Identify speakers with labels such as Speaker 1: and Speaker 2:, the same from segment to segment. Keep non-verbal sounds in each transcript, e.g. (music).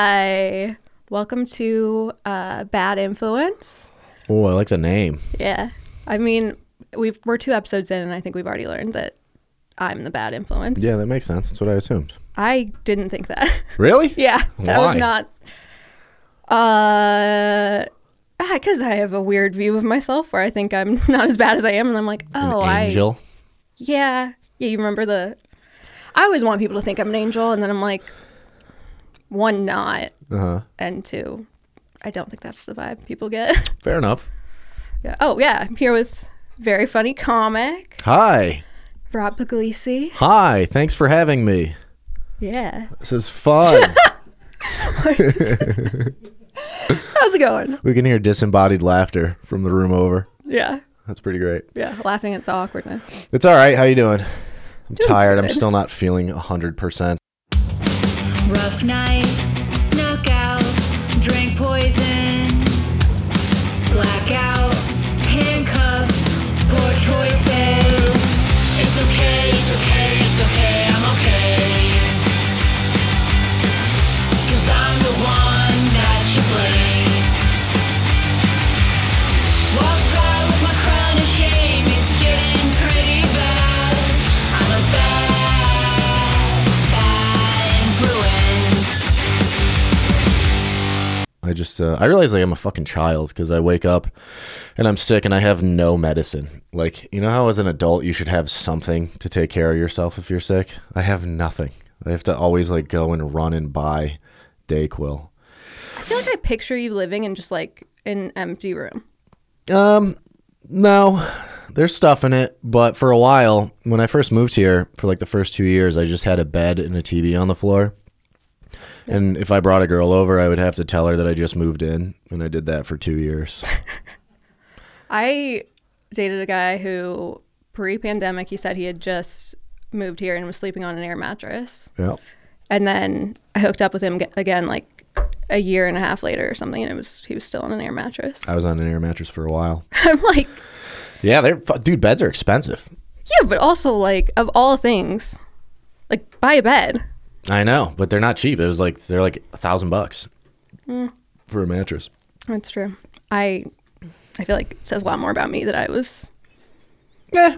Speaker 1: Hi. Welcome to uh, Bad Influence.
Speaker 2: Oh, I like the name.
Speaker 1: Yeah. I mean, we've, we're two episodes in, and I think we've already learned that I'm the bad influence.
Speaker 2: Yeah, that makes sense. That's what I assumed.
Speaker 1: I didn't think that. (laughs)
Speaker 2: Really?
Speaker 1: yeah. That was
Speaker 2: Why?
Speaker 1: not. Uh. Because I have a weird view of myself where I think I'm (laughs) not as bad as I am, and I'm like, oh, I
Speaker 2: Angel.
Speaker 1: yeah, yeah. You remember the? I always want people to think I'm an angel, and then I'm like, one, not,
Speaker 2: Uh huh.
Speaker 1: and two, I don't think that's the vibe people get. (laughs)
Speaker 2: Fair enough.
Speaker 1: yeah. Oh yeah, I'm here with very funny comic
Speaker 2: Hi.
Speaker 1: Rob Puglisi.
Speaker 2: Hi. Thanks for having me.
Speaker 1: Yeah.
Speaker 2: This is fun.
Speaker 1: (laughs) How's it going?
Speaker 2: we can hear disembodied laughter from the room over.
Speaker 1: Yeah.
Speaker 2: That's pretty great.
Speaker 1: Yeah. Laughing at the awkwardness.
Speaker 2: It's all right. How you doing? I'm tired. I'm
Speaker 1: good.
Speaker 2: still not feeling 100%.
Speaker 3: Rough night, snuck out, drank poison, blackout, handcuffs, poor choices. It's okay, it's okay, it's okay, I'm okay. Cause I'm the one that you blame. Walk by with my crown of shame, it's getting pretty bad. I'm a bad, bad influence.
Speaker 2: I just, uh, I realize like I'm a fucking child because I wake up and I'm sick and I have no medicine. Like, you know how as an adult you should have something to take care of yourself if you're sick? I have nothing. I have to always like go and run and buy Dayquil.
Speaker 1: I feel like I picture you living in just like an empty room.
Speaker 2: Um, no, there's stuff in it, but for a while, when I first moved here, for like the first two years, I just had a bed and a TV on the floor. And if I brought a girl over, I would have to tell her that I just moved in, and I did that for two years.
Speaker 1: I dated a guy who pre-pandemic he said he had just moved here and was sleeping on an air mattress.
Speaker 2: yeah,
Speaker 1: And then I hooked up with him ge- again like a year and a half later or something and it was he was still on an air mattress. (laughs)
Speaker 2: I was on an air mattress for a while.
Speaker 1: I'm like,
Speaker 2: Yeah, they're fu- dude. Beds are expensive.
Speaker 1: yeah, but also like of all things, like buy a bed.
Speaker 2: I know, but they're not cheap. It was like they're like a thousand bucks for a mattress.
Speaker 1: That's true. I I feel like it says a lot more about me that I was
Speaker 2: Yeah,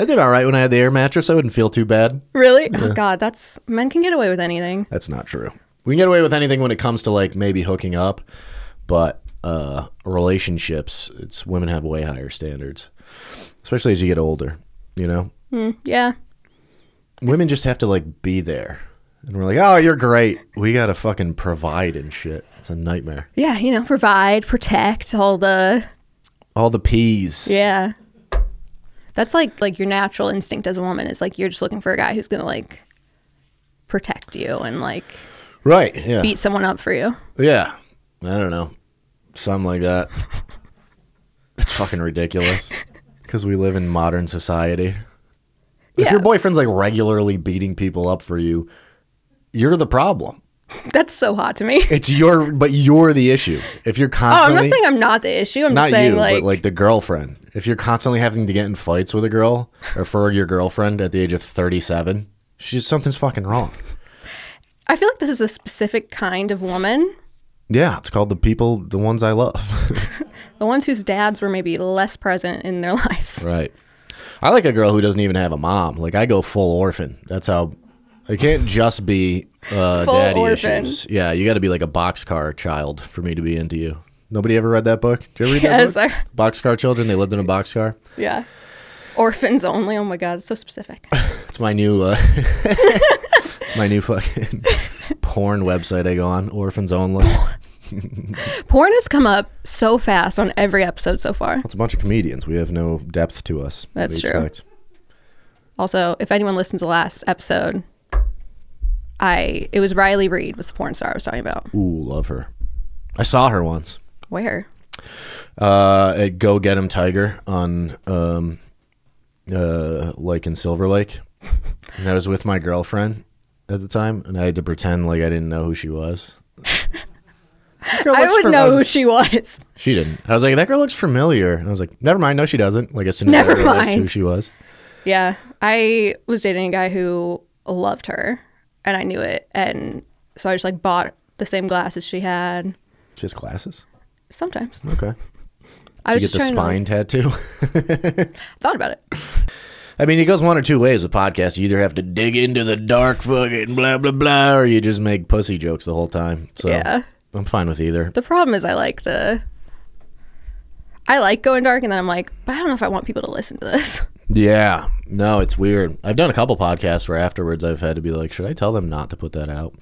Speaker 2: I did all right when I had the air mattress. I wouldn't feel too bad.
Speaker 1: really oh god, that's men can get away with anything.
Speaker 2: That's not true. We can get away with anything when it comes to like maybe hooking up, but uh, relationships, it's women have way higher standards, especially as you get older. You know,
Speaker 1: Yeah.
Speaker 2: women just have to like be there, and we're like, oh, you're great. We gotta fucking provide and shit. It's a nightmare.
Speaker 1: Yeah, you know, provide, protect, all the
Speaker 2: All the peas.
Speaker 1: Yeah. That's like like your natural instinct as a woman is like you're just looking for a guy who's gonna like protect you and like
Speaker 2: Right. Yeah.
Speaker 1: beat someone up for you.
Speaker 2: Yeah. I don't know. Something like that. (laughs) it's
Speaker 1: (laughs)
Speaker 2: fucking ridiculous. Because we live in modern society. If
Speaker 1: Yeah.
Speaker 2: your boyfriend's like regularly beating people up for you, you're the problem.
Speaker 1: That's so hot to me.
Speaker 2: It's your, but you're the issue. If you're
Speaker 1: Oh, I'm
Speaker 2: constantly,
Speaker 1: not saying I'm not the issue. I'm
Speaker 2: not
Speaker 1: just saying
Speaker 2: you,
Speaker 1: like,
Speaker 2: but like the girlfriend. If you're constantly having to get in fights with a girl or for your girlfriend at the age of 37, she's something's fucking wrong.
Speaker 1: I feel like this is a specific kind of woman.
Speaker 2: Yeah, it's called the people, the ones I love. (laughs)
Speaker 1: The ones whose dads were maybe less present in their (laughs) lives.
Speaker 2: Right. I like a girl who doesn't even have a mom. Like I go full orphan. That's how. It can't just be uh,
Speaker 1: Full
Speaker 2: daddy
Speaker 1: orphan.
Speaker 2: issues. Yeah, you got to be like a boxcar child for me to be into you. Nobody ever read that book? Did you ever read
Speaker 1: Yes,
Speaker 2: that book? Boxcar children. They lived in a boxcar.
Speaker 1: Yeah. Orphans only. Oh my god, it's so
Speaker 2: (laughs)
Speaker 1: specific.
Speaker 2: It's my new. Uh, (laughs) it's my new fucking porn website I go on. Orphans only.
Speaker 1: Porn has come up so fast on every episode so far.
Speaker 2: It's a bunch of comedians. We have no depth to us. that
Speaker 1: That's
Speaker 2: we
Speaker 1: true.
Speaker 2: expect.
Speaker 1: Also, if anyone listened to the last episode, I it was Riley Reed was the porn star I was talking about.
Speaker 2: Ooh, love her. I saw her once.
Speaker 1: Where?
Speaker 2: uh, at Go Get 'em Tiger on um, uh, like in Silver Lake. And I was with my girlfriend at the time, and I had to pretend like I didn't know who she was. That girl
Speaker 1: I
Speaker 2: looks
Speaker 1: would
Speaker 2: fam-
Speaker 1: know
Speaker 2: was-
Speaker 1: who she was.
Speaker 2: She didn't. I was like, that girl looks familiar. And I was like, never mind. No, she doesn't. Like as soon as
Speaker 1: Never
Speaker 2: I realized who
Speaker 1: mind.
Speaker 2: she was.
Speaker 1: Yeah, I was dating a guy who loved her, and I knew it. And So I just like bought the same glasses she had.
Speaker 2: She has glasses.
Speaker 1: Sometimes
Speaker 2: Okay.
Speaker 1: I was
Speaker 2: Did you
Speaker 1: just
Speaker 2: get the
Speaker 1: trying
Speaker 2: spine tattoo? (laughs)
Speaker 1: to thought about it.
Speaker 2: I mean, it goes one or two ways with podcasts. You either have to dig into the dark fucking blah blah blah, or you just make pussy jokes the whole time. So
Speaker 1: Yeah.
Speaker 2: I'm fine with either.
Speaker 1: The problem is I like the I like going dark and then I'm like, but I don't know if I want people to listen to this.
Speaker 2: Yeah, no, it's weird. I've done a couple podcasts where afterwards I've had to be like, should I tell them not to put that out?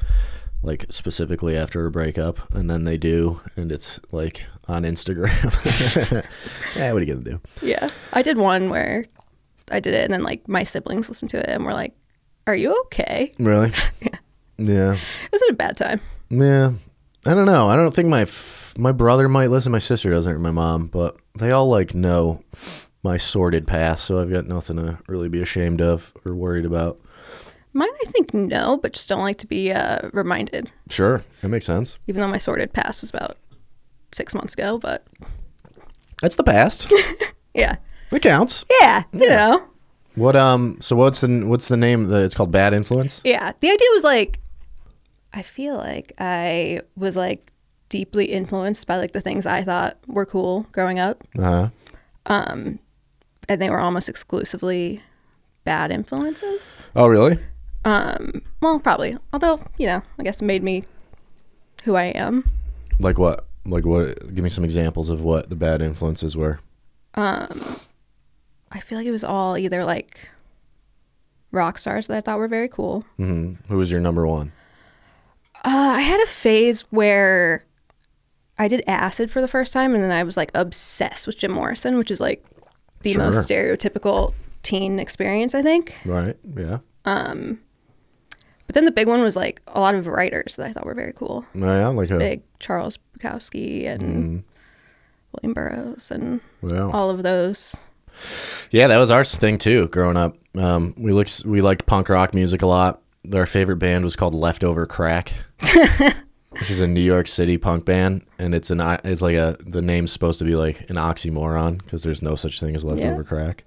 Speaker 2: Like specifically after a breakup, and then they do, and it's like on Instagram. (laughs) yeah, what are you gonna do?
Speaker 1: (laughs) Yeah. I did one where I did it and then like my siblings listened to it and were like, Are you okay?
Speaker 2: Really? yeah.
Speaker 1: It was at a bad time.
Speaker 2: Yeah, I don't know. I don't think my f- my brother might listen. My sister doesn't, or my mom, but they all like know my sordid past, so I've got nothing to really be ashamed of or worried about.
Speaker 1: Mine I think no, but just don't like to be uh, reminded.
Speaker 2: Sure, that makes sense.
Speaker 1: Even though my sorted past was about six months ago, but
Speaker 2: That's the past.
Speaker 1: yeah.
Speaker 2: it counts.
Speaker 1: Yeah. You
Speaker 2: Yeah.
Speaker 1: know?
Speaker 2: What um? So what's the what's the name? The, it's called Bad Influence.
Speaker 1: Yeah. The idea was like, I feel like I was like deeply influenced by like the things I thought were cool growing up,
Speaker 2: Uh huh.
Speaker 1: and they were almost exclusively bad influences.
Speaker 2: Oh really?
Speaker 1: Well, probably. Although, you know, I guess it made me who I am.
Speaker 2: Like what? Like what? Give me some examples of what the bad influences were.
Speaker 1: I feel like it was all either like rock stars that I thought were very cool.
Speaker 2: hmm Who was your number one?
Speaker 1: Uh, I had a phase where I did acid for the first time, and then I was like obsessed with Jim Morrison, which is like the
Speaker 2: Sure.
Speaker 1: most stereotypical teen experience, I think.
Speaker 2: Right. Yeah.
Speaker 1: But then the big one was like a lot of writers that I thought were very cool.
Speaker 2: Oh, yeah. Like a
Speaker 1: Big Charles Bukowski
Speaker 2: Mm.
Speaker 1: and William Burroughs and
Speaker 2: Well.
Speaker 1: all of those.
Speaker 2: Yeah, that was our thing too. Growing up, um, we looked we liked punk rock music a lot. Our favorite band was called Leftover Crack, which is a New York City punk band, and it's an o- it's like a the name's supposed to be like an oxymoron because there's no such thing as leftover crack.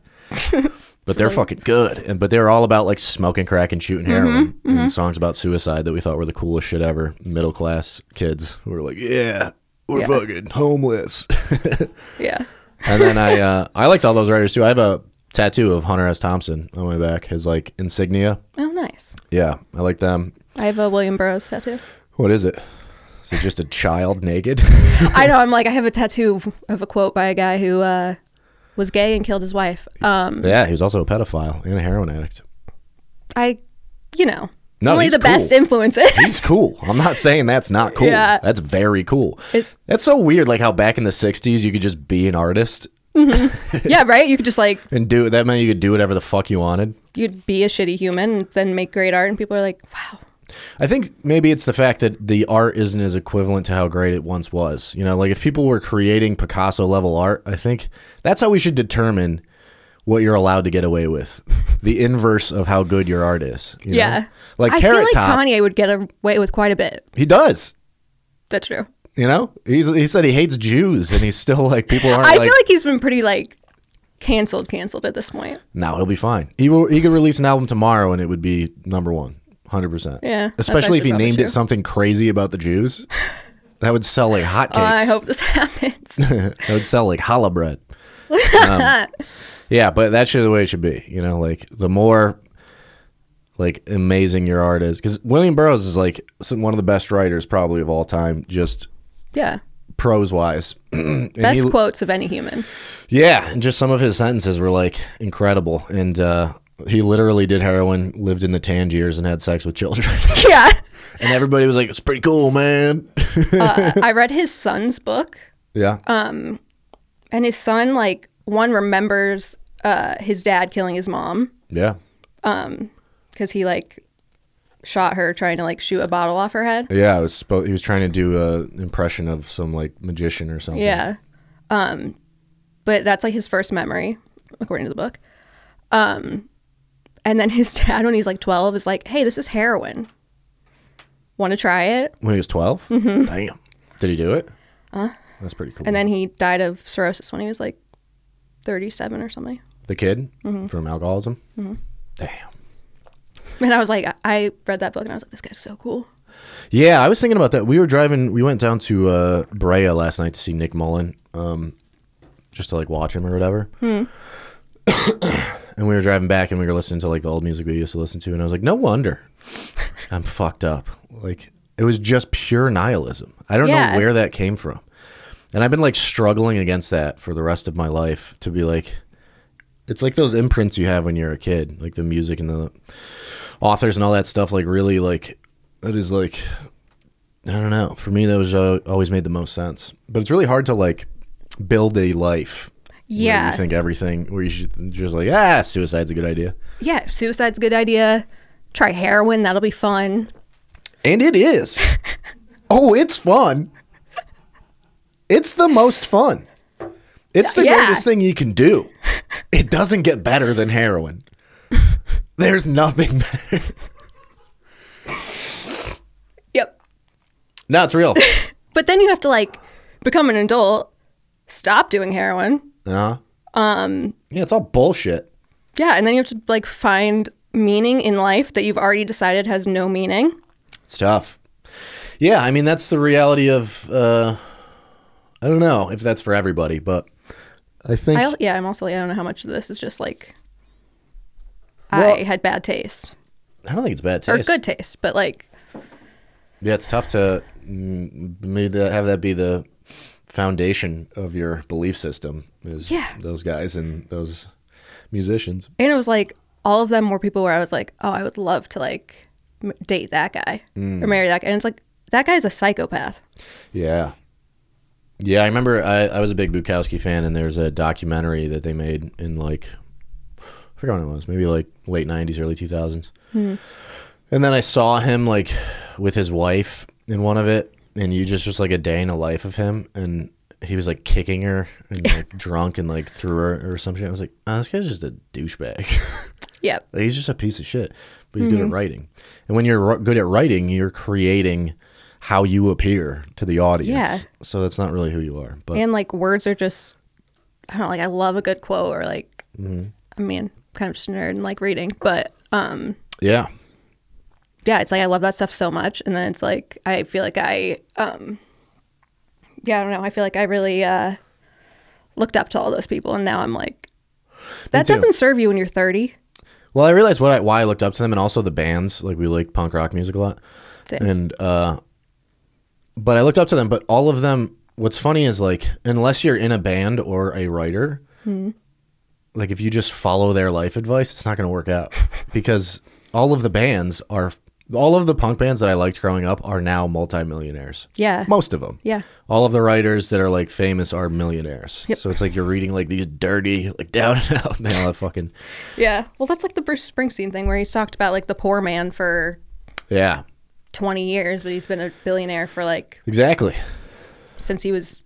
Speaker 2: But they're fucking good, and but they were all about like smoking crack and shooting heroin, and songs about suicide that we thought were the coolest shit ever. Middle class kids who were like, yeah, we're
Speaker 1: Yeah.
Speaker 2: fucking homeless. (laughs)
Speaker 1: Yeah.
Speaker 2: And then I uh, I liked all those writers too. I have a tattoo of Hunter S. Thompson on my back, his like insignia.
Speaker 1: Oh, nice.
Speaker 2: Yeah, I like them.
Speaker 1: I have a William Burroughs
Speaker 2: (laughs)
Speaker 1: tattoo.
Speaker 2: What is it? Is it just a child (laughs) naked?
Speaker 1: I know. I'm like, I have a tattoo of a quote by a guy who uh, was gay and killed his wife. Um,
Speaker 2: yeah, he was also a pedophile and a heroin addict.
Speaker 1: I, you know,
Speaker 2: No,
Speaker 1: only
Speaker 2: he's
Speaker 1: the best
Speaker 2: cool.
Speaker 1: influences.
Speaker 2: He's cool. I'm not saying that's not cool.
Speaker 1: Yeah.
Speaker 2: That's very cool.
Speaker 1: It-
Speaker 2: that's so weird, like how back in the 60s you could just be an artist
Speaker 1: (laughs) yeah, right. You could just like
Speaker 2: and do that meant you could do whatever the fuck you wanted.
Speaker 1: you'd be a shitty human and then make great art, and people are like, wow.
Speaker 2: I think maybe it's the fact that the art isn't as equivalent to how great it once was. You know, like if people were creating Picasso level art, I think that's how we should determine what you're allowed to get away with. (laughs) the inverse of how good your art is. you know?
Speaker 1: Yeah.
Speaker 2: Like
Speaker 1: I feel
Speaker 2: Carrot
Speaker 1: like
Speaker 2: Top,
Speaker 1: Kanye would get away with quite a bit.
Speaker 2: he does.
Speaker 1: That's true.
Speaker 2: You know, he's, he said he hates Jews, and he's still like people aren't.
Speaker 1: (laughs) I
Speaker 2: like,
Speaker 1: feel like he's been pretty like canceled, canceled at this point.
Speaker 2: No, he'll be fine. He will. He could release an album tomorrow, and it would be number one, hundred percent.
Speaker 1: Yeah, that's
Speaker 2: Especially if he
Speaker 1: actually probably
Speaker 2: named it
Speaker 1: true. Oh,
Speaker 2: something crazy about
Speaker 1: (laughs)
Speaker 2: the Jews, that would sell like hotcakes.
Speaker 1: I hope this (laughs) happens.
Speaker 2: that would sell like challah bread.
Speaker 1: (laughs)
Speaker 2: Um, yeah, but that's the way it should be. You know, like the more like amazing your art is, because William Burroughs is like some, one of the best writers probably of all time, just
Speaker 1: yeah.
Speaker 2: prose wise. (clears throat) And
Speaker 1: Best
Speaker 2: he-
Speaker 1: quotes of any human. (laughs)
Speaker 2: yeah, and just some of his sentences were like incredible, and uh, he literally did heroin, lived in the Tangiers, and had sex with children, (laughs)
Speaker 1: Yeah.
Speaker 2: and everybody was like, "It's pretty cool, man." (laughs)
Speaker 1: Uh, I read his son's book.
Speaker 2: yeah,
Speaker 1: Uh. and his son like one remembers uh, his dad killing his mom
Speaker 2: yeah,
Speaker 1: because he like shot her trying to like shoot a bottle off her head
Speaker 2: yeah. I was spo- he was trying to do a impression of some like magician or something.
Speaker 1: yeah um but that's like his first memory according to the book um and then his (laughs) dad when he's like 12 is like hey this is heroin want to try it
Speaker 2: When he was 12? Mm-hmm. Damn. Did he do it? That's pretty cool.
Speaker 1: and then he died of cirrhosis when he was like 37 or something
Speaker 2: the kid
Speaker 1: Mm-hmm.
Speaker 2: from alcoholism? Damn.
Speaker 1: (laughs) and i was like I-, I read that book and i was like this guy's so cool
Speaker 2: Yeah, I was thinking about that. We were driving. We went down to uh, Brea last night to see Nick Mullen, um, just to like watch him or whatever. (coughs) and we were driving back, and we were listening to like the old music we used to listen to, and I was like, no wonder I'm fucked up. Like it was just pure nihilism. I don't
Speaker 1: Yeah.
Speaker 2: know where that came from, and I've been like struggling against that for the rest of my life to be like. It's like those imprints you have when you're a kid, like the music and the authors and all that stuff like really like that is like i don't know for me that was uh, always made the most sense but it's really hard to like build a life where
Speaker 1: Yeah.
Speaker 2: you think everything where you should just like ah suicide's a good idea
Speaker 1: Yeah, suicide's a good idea. Try heroin, that'll be fun.
Speaker 2: and it
Speaker 1: (laughs)
Speaker 2: is oh it's fun it's the most fun it's the
Speaker 1: Yeah.
Speaker 2: greatest thing you can do it doesn't get better than
Speaker 1: (laughs)
Speaker 2: heroin there's nothing better
Speaker 1: Yep.
Speaker 2: (laughs) no
Speaker 1: (laughs)
Speaker 2: it's real
Speaker 1: But then you have to like become an adult, stop doing heroin.
Speaker 2: uh-huh. um yeah it's all bullshit
Speaker 1: Yeah, and then you have to like find meaning in life that you've already decided has no meaning.
Speaker 2: It's tough. Yeah, I mean that's the reality of. Uh, I don't know if that's for everybody, but I think
Speaker 1: I, yeah, I'm also like, I don't know how much of this is just like I
Speaker 2: Well-
Speaker 1: had bad taste
Speaker 2: I don't think it's bad
Speaker 1: or
Speaker 2: taste.
Speaker 1: good taste, but like
Speaker 2: Yeah, it's tough to mm, made that, have that be the foundation of your belief system. Is
Speaker 1: Yeah.
Speaker 2: those guys and those musicians.
Speaker 1: and it was like all of them were people where I was like, oh, I would love to like m- date that guy
Speaker 2: Mm.
Speaker 1: or marry that guy, and it's like that guy's a psychopath.
Speaker 2: Yeah. Yeah, I remember I, I was a big Bukowski fan, and there's a documentary that they made in like, I forgot when it was, maybe like late 90s, early 2000s. And then I saw him like with his wife in one of it, and you just was like a day in the life of him, and he was like kicking her and like drunk and like threw her or something. I was like, oh, this guy's just a douchebag.
Speaker 1: Yep.
Speaker 2: Like, He's just a piece of shit, but he's good at writing. And when you're r- good at writing, you're creating how you appear to the audience.
Speaker 1: Yeah.
Speaker 2: So that's not really who you are. But
Speaker 1: and like words are just i don't know like i love a good quote or like
Speaker 2: Mm-hmm.
Speaker 1: i mean kind of just a nerd and like reading but um
Speaker 2: yeah,
Speaker 1: yeah it's like i love that stuff so much and then it's like i feel like i um yeah i don't know i feel like i really uh looked up to all those people and now i'm like that
Speaker 2: too.
Speaker 1: doesn't serve you when you're 30
Speaker 2: Well, I realized what I, why I looked up to them, and also the bands. Like we like punk rock music a lot,
Speaker 1: Same.
Speaker 2: and uh, but I looked up to them. But all of them. What's funny is like unless you're in a band or a writer, like if you just follow their life advice, it's not going to work out because all of the bands are all of the punk bands that I liked growing up are now multimillionaires.
Speaker 1: yeah
Speaker 2: Most of them.
Speaker 1: Yeah.
Speaker 2: All of the writers that are like famous are millionaires. So it's like you're reading like these dirty, like (laughs) down and out. They all have fucking,
Speaker 1: yeah well that's like the bruce springsteen thing where he's talked about like the poor man for
Speaker 2: yeah,
Speaker 1: 20 years but he's been a billionaire for like
Speaker 2: exactly.
Speaker 1: since he was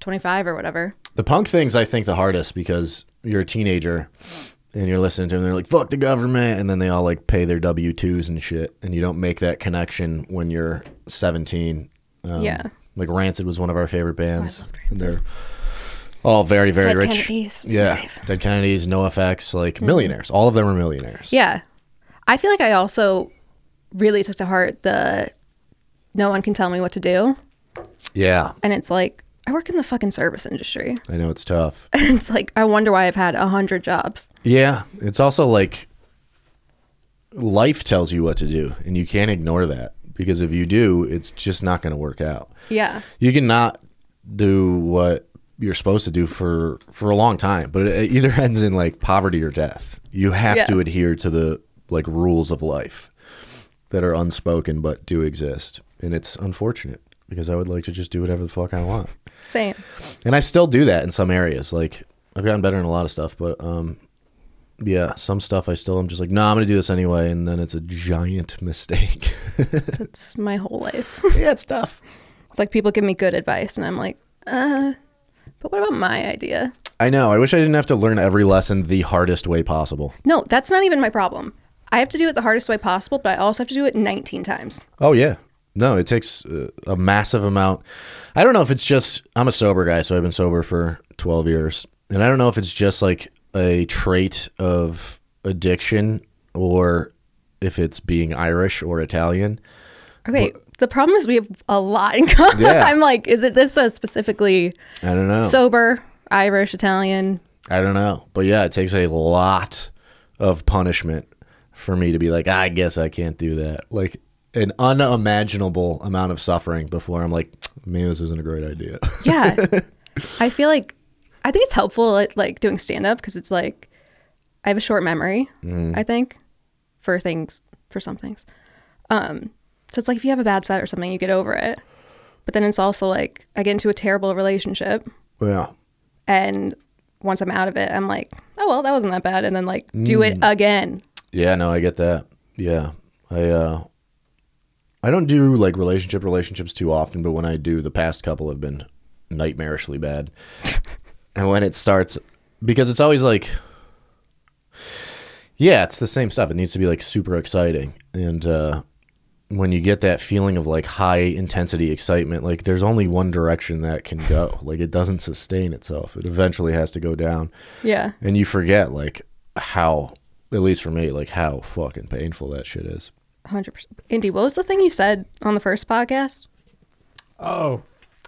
Speaker 1: 25 or whatever
Speaker 2: The punk thing's I think the hardest because you're a teenager and you're listening to them. They're like fuck the government, and then they all like pay their W twos and shit, and you don't make that connection when you're 17. Um,
Speaker 1: Yeah.
Speaker 2: Like Rancid was one of our favorite bands. and they're all very very
Speaker 1: Dead
Speaker 2: rich.
Speaker 1: Kennedys was my
Speaker 2: yeah.
Speaker 1: fave. Mm-hmm.
Speaker 2: Dead Kennedys, NoFX, like millionaires. All of them are millionaires.
Speaker 1: Yeah. I feel like I also really took to heart the no one can tell me what to do.
Speaker 2: Yeah.
Speaker 1: And it's like, I work in the fucking service industry. (laughs)
Speaker 2: I know it's tough.
Speaker 1: And it's like, I wonder why I've had a hundred jobs.
Speaker 2: Yeah, it's also like life tells you what to do, and you can't ignore that because if you do, it's just not going to work out.
Speaker 1: Yeah.
Speaker 2: You cannot do what you're supposed to do for for a long time, but it either (laughs) ends in like poverty or death. You have
Speaker 1: Yeah.
Speaker 2: to adhere to the like rules of life that are unspoken but do exist, and it's unfortunate because I would like to just do whatever the fuck I want.
Speaker 1: Same.
Speaker 2: And I still do that in some areas. Like I've gotten better in a lot of stuff, but um yeah, some stuff I still am just like, no, I'm gonna do this anyway, and then it's a giant (laughs) mistake.
Speaker 1: That's my whole life. (laughs)
Speaker 2: yeah, it's tough.
Speaker 1: It's like people give me good advice and I'm like, uh, but what about my idea?
Speaker 2: I know. I wish I didn't have to learn every lesson the hardest way possible.
Speaker 1: No, that's not even my problem. I have to do it the hardest way possible, but I also have to do it 19 times.
Speaker 2: Oh yeah. No, it takes uh, a massive amount. I don't know if it's just I'm a sober guy, so I've been sober for 12 years. And I don't know if it's just like a trait of addiction or if it's being Irish or Italian.
Speaker 1: Okay. The problem is we have a lot in common.
Speaker 2: Yeah.
Speaker 1: (laughs)
Speaker 2: Oh.
Speaker 1: I'm like, is it this uh, specifically
Speaker 2: I don't know.
Speaker 1: sober, Irish, Italian?
Speaker 2: I don't know. But yeah, it takes a lot of punishment for me to be like, I guess I can't do that. Like an unimaginable amount of suffering before I'm like, maybe this isn't a great idea. (laughs)
Speaker 1: Yeah. I feel like I think it's helpful at, like doing stand up because it's like I have a short memory, I think, for things for some things. Um so it's like if you have a bad set or something, you get over it. But then it's also like I get into a terrible relationship
Speaker 2: yeah.
Speaker 1: and once I'm out of it, I'm like, oh well, that wasn't that bad and then like do it again.
Speaker 2: Yeah, no, I get that. Yeah. I uh I don't do like relationship relationships too often, but when I do, the past couple have been nightmarishly bad. and when it starts because it's always like Yeah, it's the same stuff. It needs to be like super exciting. And uh when you get that feeling of like high intensity excitement, like there's only one direction that can go. Like it doesn't sustain itself. It eventually has to go down
Speaker 1: Yeah.
Speaker 2: and you forget like how at least for me like how fucking painful that shit is
Speaker 1: 100%. Andy, what was the thing you said on the first podcast?
Speaker 4: Oh,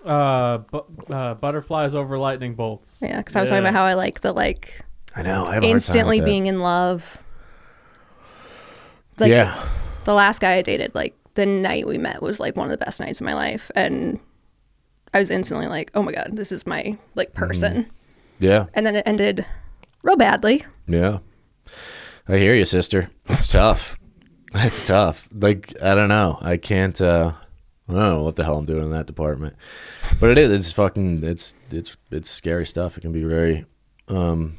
Speaker 4: uh, bu- uh, butterflies over lightning bolts.
Speaker 1: Yeah, because I was talking about how I like the like
Speaker 2: i know i have
Speaker 1: instantly being in love. Like
Speaker 2: yeah
Speaker 1: the last guy I dated, like the night we met was like one of the best nights of my life, and I was instantly like, oh my god, this is my like person.
Speaker 2: yeah
Speaker 1: And then it ended real badly.
Speaker 2: yeah i hear you sister it's tough it's tough like i don't know i can't uh i don't know what the hell i'm doing in that department but it is it's fucking it's it's it's scary stuff it can be very um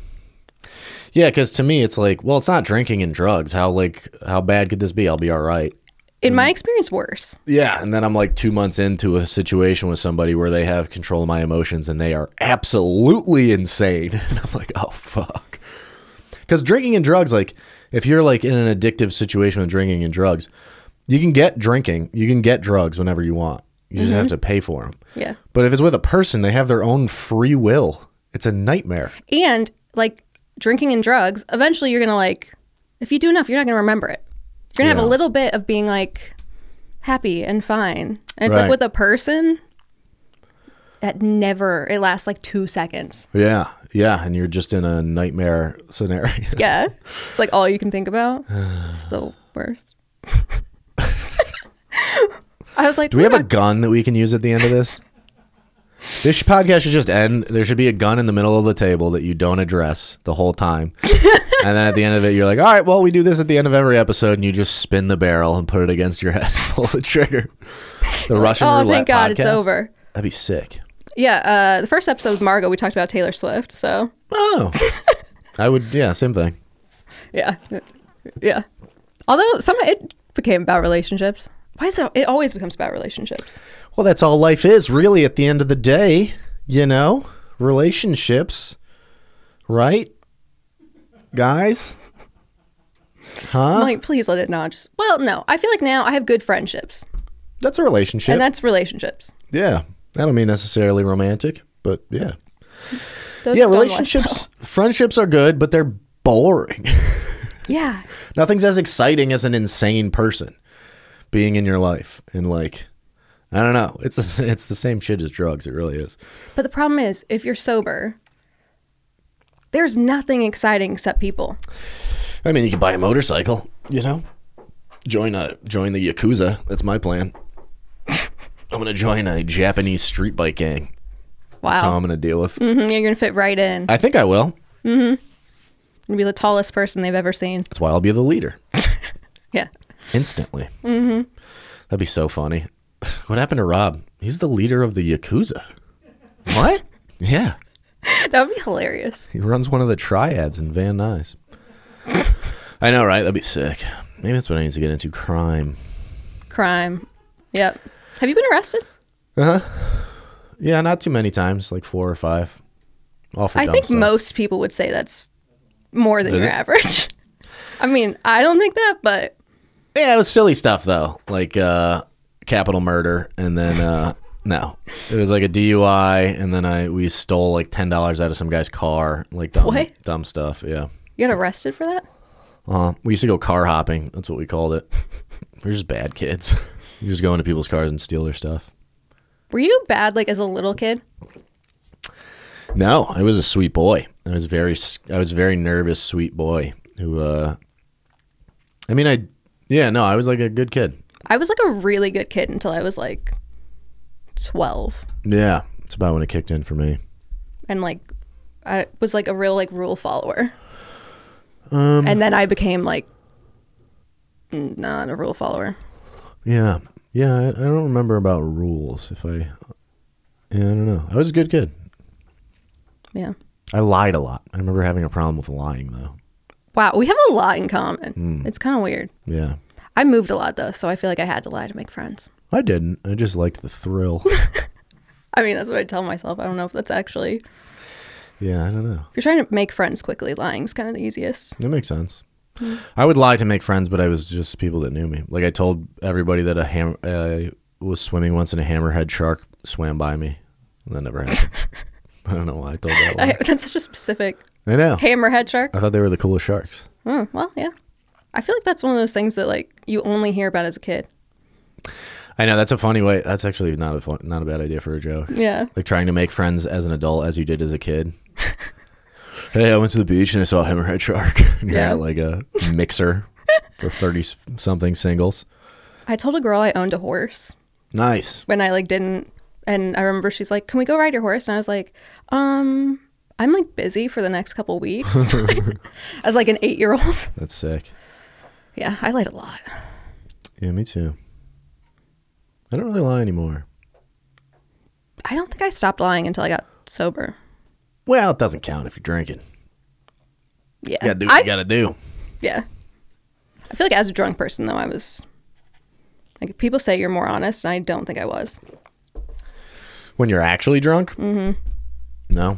Speaker 2: yeah because to me it's like well it's not drinking and drugs how like how bad could this be i'll be all right
Speaker 1: In my experience, worse.
Speaker 2: Yeah, and then I'm like two months into a situation with somebody where they have control of my emotions and they are absolutely insane. (laughs) And I'm like, oh fuck. Because drinking and drugs, like, if you're like in an addictive situation with drinking and drugs, you can get drinking, you can get drugs whenever you want. You just have to pay for them.
Speaker 1: Yeah.
Speaker 2: But if it's with a person, they have their own free will. It's a nightmare.
Speaker 1: And like drinking and drugs, eventually you're gonna like if you do enough, you're not gonna remember it. You're gonna have
Speaker 2: Yeah.
Speaker 1: a little bit of being like happy and fine. And it's
Speaker 2: Right.
Speaker 1: like with a person that never it lasts like two
Speaker 2: (laughs)
Speaker 1: seconds.
Speaker 2: Yeah, yeah, and you're just in a nightmare scenario.
Speaker 1: Yeah. it's like all you can think about. It's the worst. (laughs) I was like,
Speaker 2: Do we
Speaker 1: "We're
Speaker 2: have a
Speaker 1: not-
Speaker 2: gun that we can use at the end of this? This sh- podcast should just end. There should be a gun in the middle of the table that you don't address the
Speaker 1: (laughs)
Speaker 2: whole time. and then at the end of it, you're like, all right, well, we do this at the end of every episode. And you just spin the barrel and (laughs) put it against your head. Pull the trigger. The Russian
Speaker 1: oh,
Speaker 2: roulette
Speaker 1: thank God it's
Speaker 2: podcast?
Speaker 1: over.
Speaker 2: That'd be
Speaker 1: (laughs)
Speaker 2: sick.
Speaker 1: Yeah, uh, the first episode with Margo, we talked about Taylor Swift. So,
Speaker 2: Oh. I would, yeah, same thing.
Speaker 1: yeah, yeah. Although some it became about relationships. Why is it? It always becomes about relationships.
Speaker 2: Well, that's all life is, really, at the end of the day. You know, relationships, right? Guys? Huh?
Speaker 1: I'm like, please let it not just. Well, no, I feel like now I have good friendships,
Speaker 2: That's a relationship.
Speaker 1: and that's relationships.
Speaker 2: yeah. I don't mean necessarily romantic, but yeah.
Speaker 1: Those
Speaker 2: yeah,
Speaker 1: are the ones-
Speaker 2: relationships, friendships are good, but they're boring. (laughs)
Speaker 1: Yeah,
Speaker 2: Nothing's as exciting as an insane person being in your life and like I don't know. It's the it's the same shit as drugs. It really is.
Speaker 1: but the problem is, if you're sober, there's nothing exciting except people.
Speaker 2: I mean, you could buy a motorcycle, you know? Join a join the yakuza. That's my plan. I'm going to join a Japanese street bike gang. That's how
Speaker 1: Wow,
Speaker 2: I'm going to deal with.
Speaker 1: Mhm, yeah, you're gonna fit right in.
Speaker 2: I think I will.
Speaker 1: You're gonna be the tallest person they've ever seen. (laughs)
Speaker 2: That's why I'll be the leader.
Speaker 1: Yeah,
Speaker 2: instantly. Mm-hmm. That'd be so funny. (sighs) What happened to Rob? He's the leader of the Yakuza. What? yeah.
Speaker 1: that would be hilarious.
Speaker 2: He runs one of the triads in Van Nuys. I know, right? That'd be sick. Maybe that's what I need to get into crime.
Speaker 1: Crime. Yep. Have you been arrested?
Speaker 2: Yeah, not too many times, like four or five. All for
Speaker 1: I
Speaker 2: dumb
Speaker 1: think
Speaker 2: stuff.
Speaker 1: most people would say that's more than
Speaker 2: Is
Speaker 1: your
Speaker 2: it?
Speaker 1: average. (laughs) I mean, I don't think that, but
Speaker 2: Yeah, it was silly stuff though, like uh, capital murder, and then uh, (laughs) no, it was like a DUI, and then I we stole like ten dollars out of some guy's car, like dumb,
Speaker 1: What?
Speaker 2: dumb stuff. Yeah.
Speaker 1: you got arrested for that?
Speaker 2: (laughs) Uh, we used to go car hopping. That's what we called it. We're just bad kids. (laughs) You just go into people's cars and steal their stuff.
Speaker 1: Were you bad like as a little kid?
Speaker 2: No, I was a sweet boy. I was very, s- I was a very nervous, sweet boy who, uh, I mean, I, yeah, no, I was like a good kid.
Speaker 1: I was like a really good kid until I was like 12
Speaker 2: Yeah. It's about when it kicked in for me.
Speaker 1: and like I was like a real like rule follower.
Speaker 2: Um,
Speaker 1: and then I became like not a rule follower.
Speaker 2: Yeah. Yeah. I, I don't remember about rules. If I, yeah, I don't know. I was a good kid.
Speaker 1: Yeah.
Speaker 2: I lied a lot. I remember having a problem with lying though.
Speaker 1: Wow, we have a lot in common.
Speaker 2: Hmm.
Speaker 1: It's kind of weird.
Speaker 2: Yeah.
Speaker 1: I moved a lot though, so I feel like I had to lie to make friends.
Speaker 2: I didn't. I just liked the thrill. (laughs)
Speaker 1: I mean, that's what I tell myself. I don't know if that's actually. If
Speaker 2: yeah. I don't know.
Speaker 1: you're trying to make friends quickly, lying's kind of the easiest.
Speaker 2: That makes sense. I would lie to make friends, but I was just people that knew me. Like I told everybody that a ham uh, was swimming once and a hammerhead shark swam by me. And that never happened.
Speaker 1: (laughs)
Speaker 2: I don't know why I told that.
Speaker 1: I, (laughs)
Speaker 2: Lie.
Speaker 1: that's such a specific
Speaker 2: I know.
Speaker 1: hammerhead shark.
Speaker 2: I thought they were the coolest sharks.
Speaker 1: Oh, well, yeah. I feel like that's one of those things that like you only hear about as a kid.
Speaker 2: I know that's a funny way. That's actually not a fun, not a bad idea for a joke.
Speaker 1: Yeah.
Speaker 2: Like trying to make friends as an adult as you did as a
Speaker 1: (laughs)
Speaker 2: kid. hey, I went to the beach and I saw a hammerhead shark. (laughs) And You're
Speaker 1: Yeah.
Speaker 2: at like a mixer for thirty s- something singles.
Speaker 1: I told a girl I owned a horse
Speaker 2: Nice.
Speaker 1: when I like didn't and I remember she's like, "Can we go ride your horse?" And I was like, "Um, I'm like busy for the next couple weeks." (laughs) As like an 8-year-old.
Speaker 2: That's sick.
Speaker 1: (laughs) Yeah, I lied a lot.
Speaker 2: Yeah, me too. I don't really lie anymore.
Speaker 1: I don't think I stopped lying until I got sober.
Speaker 2: Well, it doesn't count if you're drinking.
Speaker 1: Yeah.
Speaker 2: You gotta do what
Speaker 1: I-
Speaker 2: you gotta do.
Speaker 1: Yeah. I feel like as a drunk person though, I was like people say you're more honest, and I don't think I was.
Speaker 2: When you're actually drunk? Mm-hmm. No.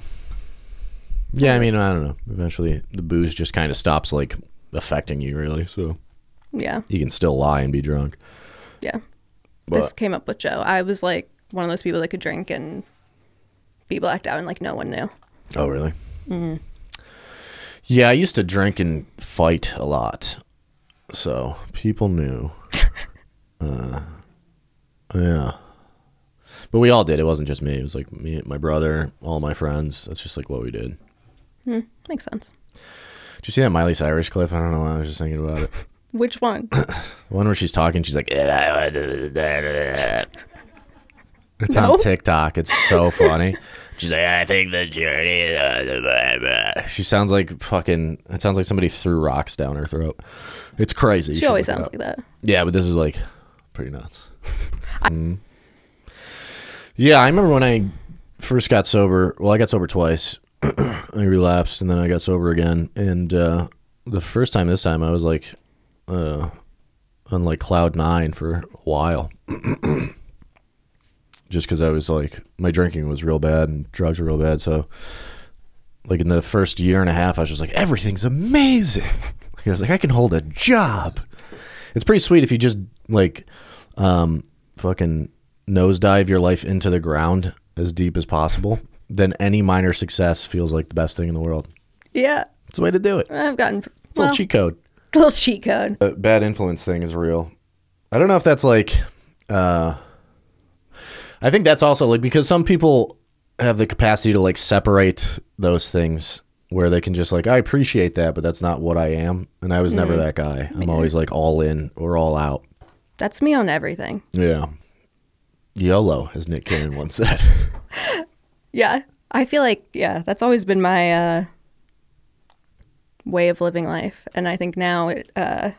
Speaker 2: Yeah, I mean, I don't know. Eventually, the booze just kind of stops, like, affecting you, really. So
Speaker 1: Yeah.
Speaker 2: you can still lie and be drunk.
Speaker 1: Yeah. this
Speaker 2: But
Speaker 1: came up with Joe. I was like one of those people that could drink and be blacked out and like no one knew.
Speaker 2: Oh, really? Yeah, I used to drink and fight a lot, so people knew. uh, yeah, but we all did. It wasn't just me. It was like me, my brother, all my friends. That's just like what we did.
Speaker 1: Makes sense.
Speaker 2: Did you see that Miley Cyrus clip? I don't know. why I was just thinking about it.
Speaker 1: Which
Speaker 2: (coughs)
Speaker 1: one?
Speaker 2: The one where she's talking, she's like, it's on TikTok. It's so
Speaker 1: (laughs)
Speaker 2: funny. She's like, I think the journey. is-" She sounds like fucking. It sounds like somebody threw rocks down her throat. It's crazy. You
Speaker 1: she
Speaker 2: should
Speaker 1: always
Speaker 2: look it
Speaker 1: sounds
Speaker 2: up.
Speaker 1: like that.
Speaker 2: Yeah, but this is like pretty nuts. Mm. Yeah, I remember when I first got sober. Well, I got sober twice. (clears throat) I relapsed and then I got sober again. And uh, the first time, this time, I was like uh, on like cloud nine for a while. (clears throat) Just because I was like, my drinking was real bad and drugs were real bad. So, like, in the first year and a half, I was just like, everything's amazing. (laughs) I was like, I can hold a job it's pretty sweet if you just like um fucking nosedive your life into the ground as deep as possible then any minor success feels like the best thing in the world
Speaker 1: Yeah,
Speaker 2: it's the way to do it it's
Speaker 1: I've gotten it's
Speaker 2: a little cheat code
Speaker 1: little cheat code.
Speaker 2: the bad influence thing is real i don't know if that's like uh i think that's also like because some people have the capacity to like separate those things where they can just like i appreciate that but that's not what i am and i was never that guy i'm always like all in or all out
Speaker 1: That's me on everything.
Speaker 2: Yeah. YOLO, as Nick Cannon once said.
Speaker 1: Yeah, I feel like yeah, that's always been my uh, way of living life, and I think now it uh,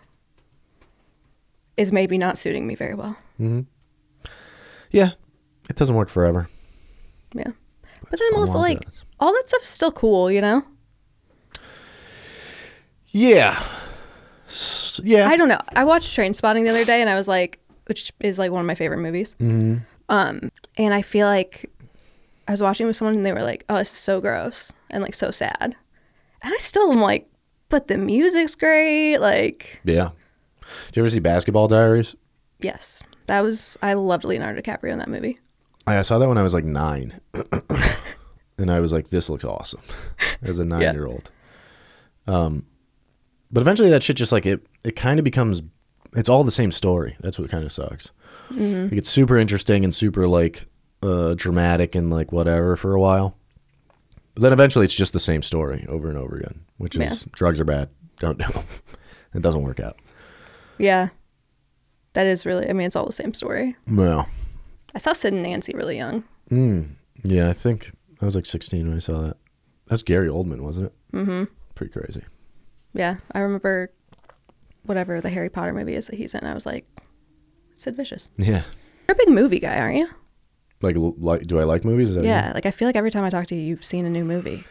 Speaker 1: is maybe not suiting me very well.
Speaker 2: (laughs) yeah. It doesn't work forever.
Speaker 1: Yeah, but then I'm
Speaker 2: fun
Speaker 1: also
Speaker 2: while it
Speaker 1: like
Speaker 2: does.
Speaker 1: all that stuff's still cool, you know.
Speaker 2: Yeah. S- yeah.
Speaker 1: I don't know. I watched Train Spotting the other day, and I was like, which is like one of my favorite movies. Um, and I feel like I was watching with someone, and they were like, "Oh, this is so gross and like so sad." And I still am like, "But the music's great." Like,
Speaker 2: yeah. Did you ever see Basketball Diaries?
Speaker 1: yes, that was. I loved Leonardo DiCaprio in that movie.
Speaker 2: I I saw that when I was like nine. (coughs) and I was like, this looks awesome (laughs) as a nine year old. Um, but eventually that shit just like it, it kind of becomes it's all the same story. That's what kind of sucks. Like it's super interesting and super like uh, dramatic and like whatever for a while, but then eventually it's just the same story over and over again, which
Speaker 1: Yeah.
Speaker 2: is drugs are bad. Don't do 'em. (laughs) It doesn't work out.
Speaker 1: Yeah. That is really, I mean, it's all the same story.
Speaker 2: No.
Speaker 1: I saw Sid and Nancy really young.
Speaker 2: Yeah, I think I was like 16 when I saw that. That's Gary Oldman, wasn't it? Mm-hmm. Pretty crazy.
Speaker 1: Yeah. I remember whatever the Harry Potter movie is that he's in. I was like, Sid Vicious.
Speaker 2: Yeah.
Speaker 1: You're a big movie guy, aren't you?
Speaker 2: Like, l- like, do I like movies? Is that
Speaker 1: Yeah. Like, I feel like every time I talk to you, you've seen a new movie.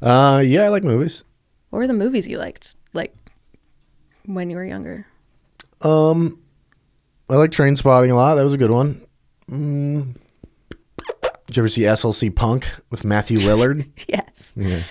Speaker 2: it? Uh, yeah, I like movies.
Speaker 1: What were the movies you liked, like, when you were younger? (laughs)
Speaker 2: I like Train Spotting a lot. That was a good one. Mm. Did you ever see SLC Punk with Matthew Lillard?
Speaker 1: Yes.
Speaker 2: yeah.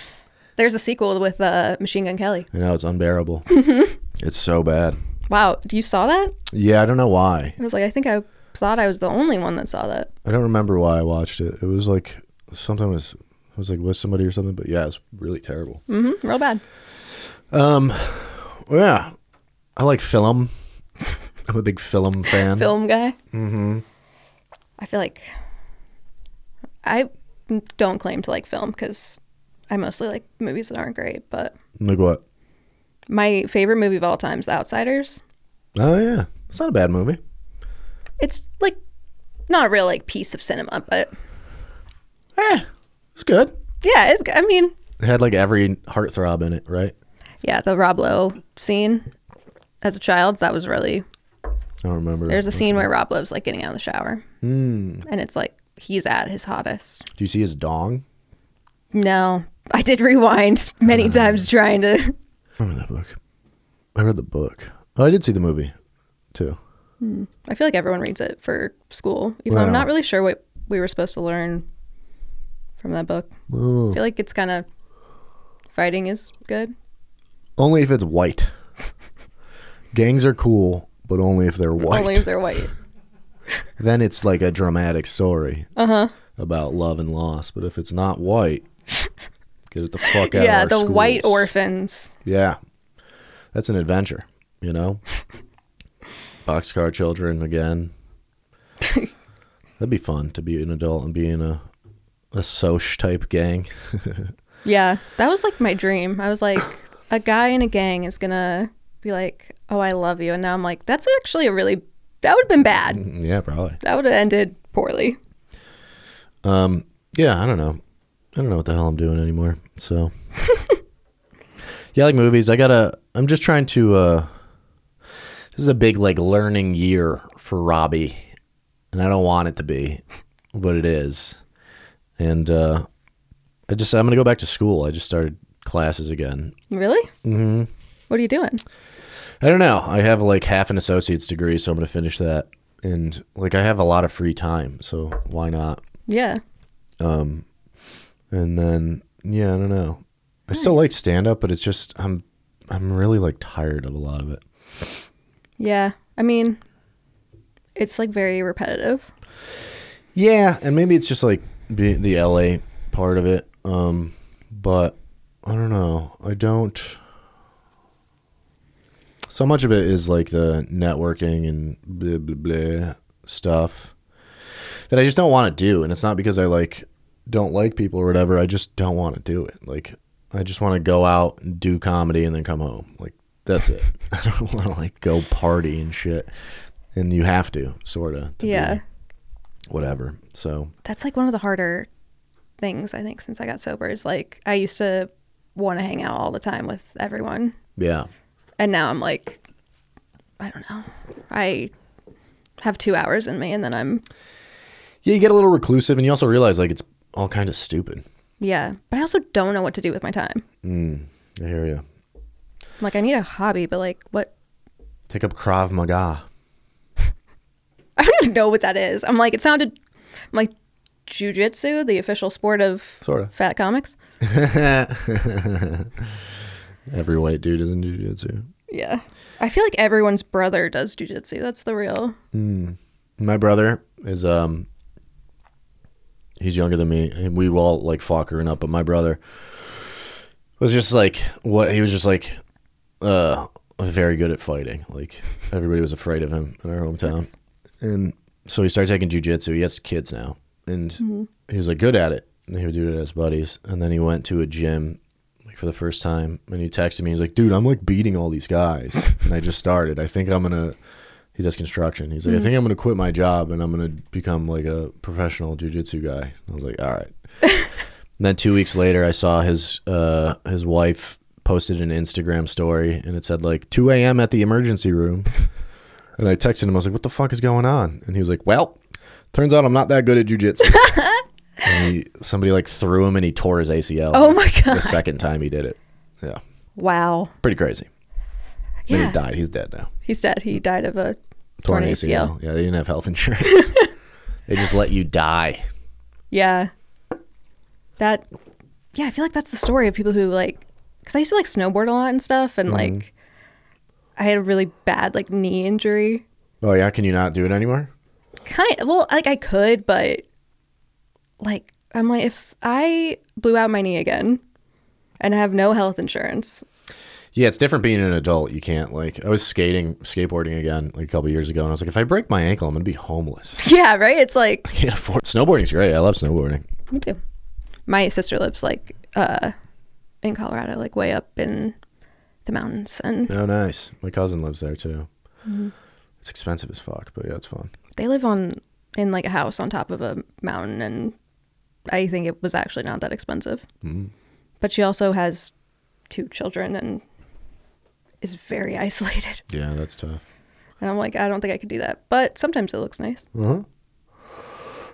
Speaker 1: There's a sequel with uh, Machine Gun Kelly.
Speaker 2: I know it's unbearable. it's so bad.
Speaker 1: Wow. You saw that?
Speaker 2: Yeah, I don't know why.
Speaker 1: I was like, I think I thought I was the only one that saw that.
Speaker 2: I don't remember why I watched it. It was like something was I was like with somebody or something, but yeah, it's really terrible.
Speaker 1: Mm-hmm, real bad.
Speaker 2: Yeah, I like film. (laughs) I'm a big film fan.
Speaker 1: Film guy. Mm-hmm. I feel like I don't claim to like film because I mostly like movies that aren't great. But
Speaker 2: Like what?
Speaker 1: my favorite movie of all time is The Outsiders.
Speaker 2: Oh yeah, it's not a bad movie.
Speaker 1: It's like not a real like piece of cinema, but
Speaker 2: Eh, it's good.
Speaker 1: yeah, it's. g- I mean,
Speaker 2: It had like every heartthrob in it, right?
Speaker 1: yeah, the Rob Lowe scene as a child that was really
Speaker 2: I don't remember.
Speaker 1: There's a scene where Rob Love's like getting out of the shower, and it's like he's at his hottest.
Speaker 2: Do you see his dong?
Speaker 1: No, I did rewind many times trying to.
Speaker 2: I remember that book. I read the book. Oh, I did see the movie, too.
Speaker 1: I feel like everyone reads it for school, even though
Speaker 2: Wow.
Speaker 1: I'm not really sure what we were supposed to learn from that book. I feel like it's kind of fighting is good.
Speaker 2: Only if it's white. Gangs are cool, but only if they're white.
Speaker 1: Only if they're white.
Speaker 2: then it's like a dramatic story
Speaker 1: Uh-huh.
Speaker 2: about love and loss. But if it's not
Speaker 1: (laughs)
Speaker 2: white, get it the fuck out
Speaker 1: yeah,
Speaker 2: of
Speaker 1: the
Speaker 2: our
Speaker 1: white
Speaker 2: schools.
Speaker 1: orphans.
Speaker 2: Yeah. That's an adventure, you know? Boxcar children again. That'd be fun to be an adult and be in a a soch type gang. (laughs)
Speaker 1: Yeah, that was like my dream. I was like, a guy in a gang is gonna be like, "Oh, I love you," and now I'm like, that's actually a really that would have been bad.
Speaker 2: yeah, probably.
Speaker 1: That would have ended poorly.
Speaker 2: Yeah, I don't know. I don't know what the hell I'm doing anymore. So Yeah, I like movies. I gotta I'm just trying to uh this is a big like learning year for Robbie. And I don't want it to be, but it is. And uh I just I'm gonna go back to school. I just started classes again.
Speaker 1: Really? Mm-hmm. What are you doing?
Speaker 2: I don't know. I have like half an associate's degree, so I'm gonna finish that. And like I have a lot of free time, so why not?
Speaker 1: Yeah.
Speaker 2: and then yeah, I don't know. I still like stand up, but it's just I'm I'm really like tired of a lot of it.
Speaker 1: Yeah. I mean, it's like very repetitive.
Speaker 2: Yeah, and maybe it's just like be, the LA part of it. Um, but I don't know. I don't. So much of it is like the networking and blah blah blah stuff that I just don't want to do, and it's not because I like don't like people or whatever. I just don't want to do it. Like I just want to go out and do comedy and then come home. Like that's it. (laughs) I don't want to like go party and shit. And you have to sort of.
Speaker 1: yeah.
Speaker 2: Whatever. So
Speaker 1: That's like one of the harder things, I think, since I got sober is like I used to want to hang out all the time with everyone.
Speaker 2: yeah.
Speaker 1: And now I'm like, I don't know. I have two hours in me and then I'm,
Speaker 2: Yeah, you get a little reclusive, and you also realize like it's all kind of stupid.
Speaker 1: yeah. But I also don't know what to do with my time.
Speaker 2: I hear you.
Speaker 1: I'm like, I need a hobby, but like, what? (laughs)
Speaker 2: Take up Krav Maga.
Speaker 1: I don't even know what that is. I'm like, it sounded I'm like jujitsu, the official sport of
Speaker 2: Sort of.
Speaker 1: fat comics.
Speaker 2: Every white dude is in jujitsu.
Speaker 1: Yeah. I feel like everyone's brother does jujitsu. That's the real.
Speaker 2: My brother is um. He's younger than me, and we all like fuckering up. But my brother was just like, what he was just like, uh, very good at fighting. Like everybody was afraid of him in our hometown, and so he started taking jujitsu. He has kids now, and he was like good at it. And he would do it at his buddies, and then he went to a gym like for the first time, and he texted me. He's like, "Dude, I'm like beating all these guys, (laughs) and I just started. I think I'm gonna." He does construction. He's like, "I think I'm gonna quit my job and I'm gonna become like a professional jujitsu guy." And I was like, "All right." And then two weeks later, I saw his uh, his wife posted an Instagram story, and it said like 2 a.m. at the emergency room.
Speaker 1: (laughs)
Speaker 2: And I texted him. I was like, "What the fuck is going on?" And he was like, "Well, turns out I'm not that good at
Speaker 1: (laughs)
Speaker 2: jujitsu." and he, somebody like threw him, and he tore his ACL.
Speaker 1: Oh my
Speaker 2: The
Speaker 1: God.
Speaker 2: second time he did it, yeah,
Speaker 1: Wow.
Speaker 2: pretty crazy. Then
Speaker 1: Yeah.
Speaker 2: he died. He's dead now.
Speaker 1: He's dead. He died of a
Speaker 2: Torn
Speaker 1: torn ACL.
Speaker 2: Yeah, they didn't have
Speaker 1: (laughs)
Speaker 2: health insurance. they just let you die.
Speaker 1: Yeah. That. Yeah, I feel like that's the story of people who like, because I used to like snowboard a lot and stuff, and like, I had a really bad like knee injury.
Speaker 2: Oh yeah, can you not do it anymore?
Speaker 1: kind well like i could but like i'm like if i blew out my knee again and i have no health insurance (laughs)
Speaker 2: Yeah, it's different being an adult. You can't like. I was skating, skateboarding again like a couple years ago, and I was like, if I break my ankle, I'm gonna be homeless. (laughs)
Speaker 1: yeah right it's like
Speaker 2: can't afford snowboarding's great. I love snowboarding.
Speaker 1: me too my sister lives like uh in colorado like way up in the mountains and
Speaker 2: Oh, nice. My cousin lives there too. It's expensive as fuck, but yeah, it's fun.
Speaker 1: they live on in like a house on top of a mountain and i think it was actually not that expensive but she also has two children and is very (laughs) isolated
Speaker 2: Yeah, that's tough.
Speaker 1: And I'm like, I don't think I could do that. But sometimes it looks nice.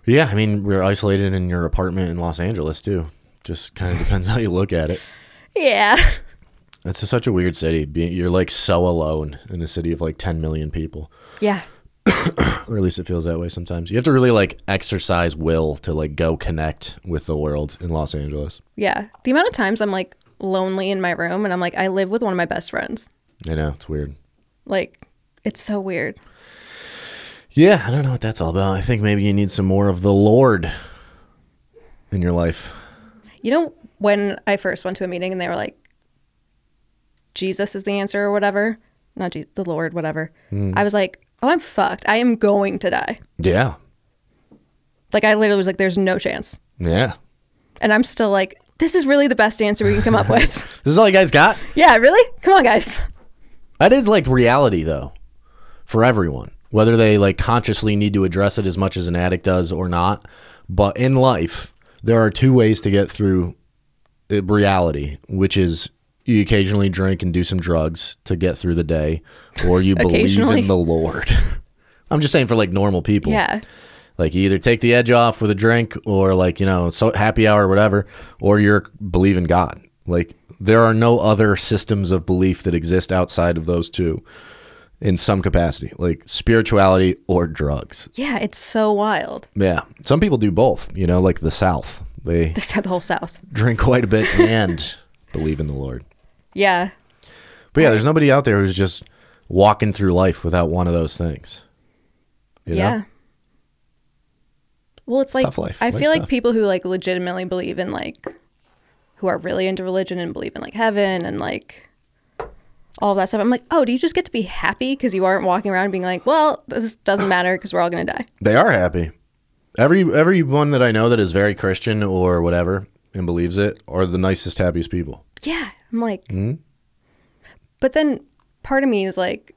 Speaker 2: Yeah, I mean, we're isolated in your apartment in Los Angeles too. Just (laughs) kind of depends how you look at it.
Speaker 1: Yeah.
Speaker 2: It's just such a weird city. Be- You're like so alone in a city of like 10 million people.
Speaker 1: Yeah.
Speaker 2: or at least it feels that way sometimes. You have to really like exercise will to like go connect with the world in Los Angeles.
Speaker 1: Yeah. The amount of times I'm like lonely in my room and I'm like, I live with one of my best friends.
Speaker 2: I know it's weird.
Speaker 1: Like, it's so weird.
Speaker 2: Yeah, I don't know what that's all about. I think maybe you need some more of the Lord in your life.
Speaker 1: You know, when I first went to a meeting and they were like, Jesus is the answer or whatever, not Je- the Lord, whatever, I was like, oh, I'm fucked. I am going to die.
Speaker 2: Yeah,
Speaker 1: Like, I literally was like, there's no chance.
Speaker 2: yeah.
Speaker 1: And I'm still like, this is really the best answer we can come up with.
Speaker 2: This is all you guys got.
Speaker 1: yeah, really? Come on, guys.
Speaker 2: That is like reality though, for everyone, whether they like consciously need to address it as much as an addict does or not. But in life, there are two ways to get through uh, reality, which is you occasionally drink and do some drugs to get through the day, or you believe
Speaker 1: Occasionally.
Speaker 2: in the Lord. (laughs) I'm just saying for like normal people.
Speaker 1: Yeah.
Speaker 2: Like you either take the edge off with a drink or like, you know, so happy hour or whatever, or you're believe in God. Like there are no other systems of belief that exist outside of those two in some capacity, like spirituality or drugs.
Speaker 1: Yeah, it's so wild. (laughs)
Speaker 2: Yeah. Some people do both, you know, like the South. They (laughs)
Speaker 1: This the whole South.
Speaker 2: drink quite a bit and believe in the Lord.
Speaker 1: Yeah.
Speaker 2: But yeah, there's nobody out there who's just walking through life without one of those things. You know?
Speaker 1: Yeah. Well, it's like
Speaker 2: tough life.
Speaker 1: I
Speaker 2: Life's
Speaker 1: feel like
Speaker 2: tough.
Speaker 1: people who like legitimately believe in like who are really into religion and believe in like heaven and like all of that stuff. I'm like, "Oh, do you just get to be happy because you aren't walking around being like, well, this
Speaker 2: (coughs)
Speaker 1: doesn't matter because we're all going to die."
Speaker 2: They are happy. Every everyone that I know that is very Christian or whatever and believes it are the nicest, happiest people.
Speaker 1: Yeah. I'm like
Speaker 2: Mm-hmm.
Speaker 1: But then part of me is like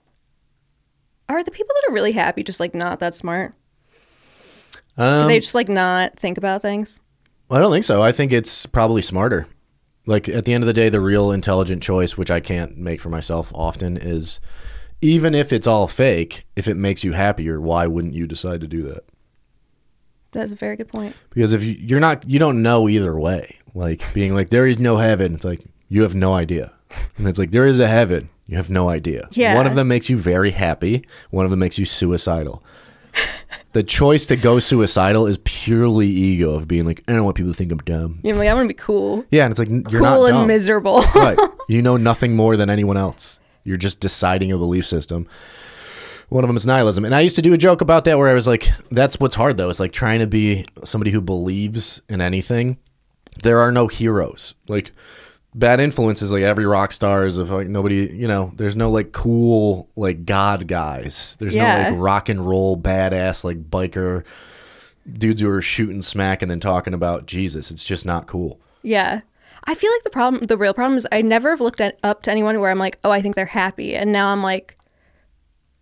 Speaker 1: are the people that are really happy just like not that smart? Do
Speaker 2: Um,
Speaker 1: they just like not think about things?
Speaker 2: I don't think so. I think it's probably smarter. Like at the end of the day, the real intelligent choice, which I can't make for myself often, is even if it's all fake, if it makes you happier, why wouldn't you decide to do that?
Speaker 1: That's a very good point.
Speaker 2: Because if you, you're not, you don't know either way. Like being like, there is no heaven. It's like, you have no idea. And it's like, there is a heaven. You have no idea.
Speaker 1: Yeah.
Speaker 2: One of them makes you very happy, one of them makes you suicidal. (laughs) the choice to go suicidal is purely ego of being like, I don't want people to think I'm dumb.
Speaker 1: You know, like I want to be cool.
Speaker 2: Yeah. And it's like, n- you're not
Speaker 1: cool and
Speaker 2: dumb.
Speaker 1: miserable. (laughs)
Speaker 2: right. (laughs) You know nothing more than anyone else. You're just deciding a belief system. One of them is nihilism. And I used to do a joke about that where I was like, that's what's hard though. It's like trying to be somebody who believes in anything. There are no heroes. Like bad influences like every rock star is of like nobody you know there's no like cool like god guys there's
Speaker 1: Yeah.
Speaker 2: no like rock and roll badass like biker dudes who are shooting smack and then talking about jesus it's just not cool
Speaker 1: Yeah. I feel like the problem, the real problem is I never have looked at, up to anyone where I'm like, oh, I think they're happy. And now I'm like,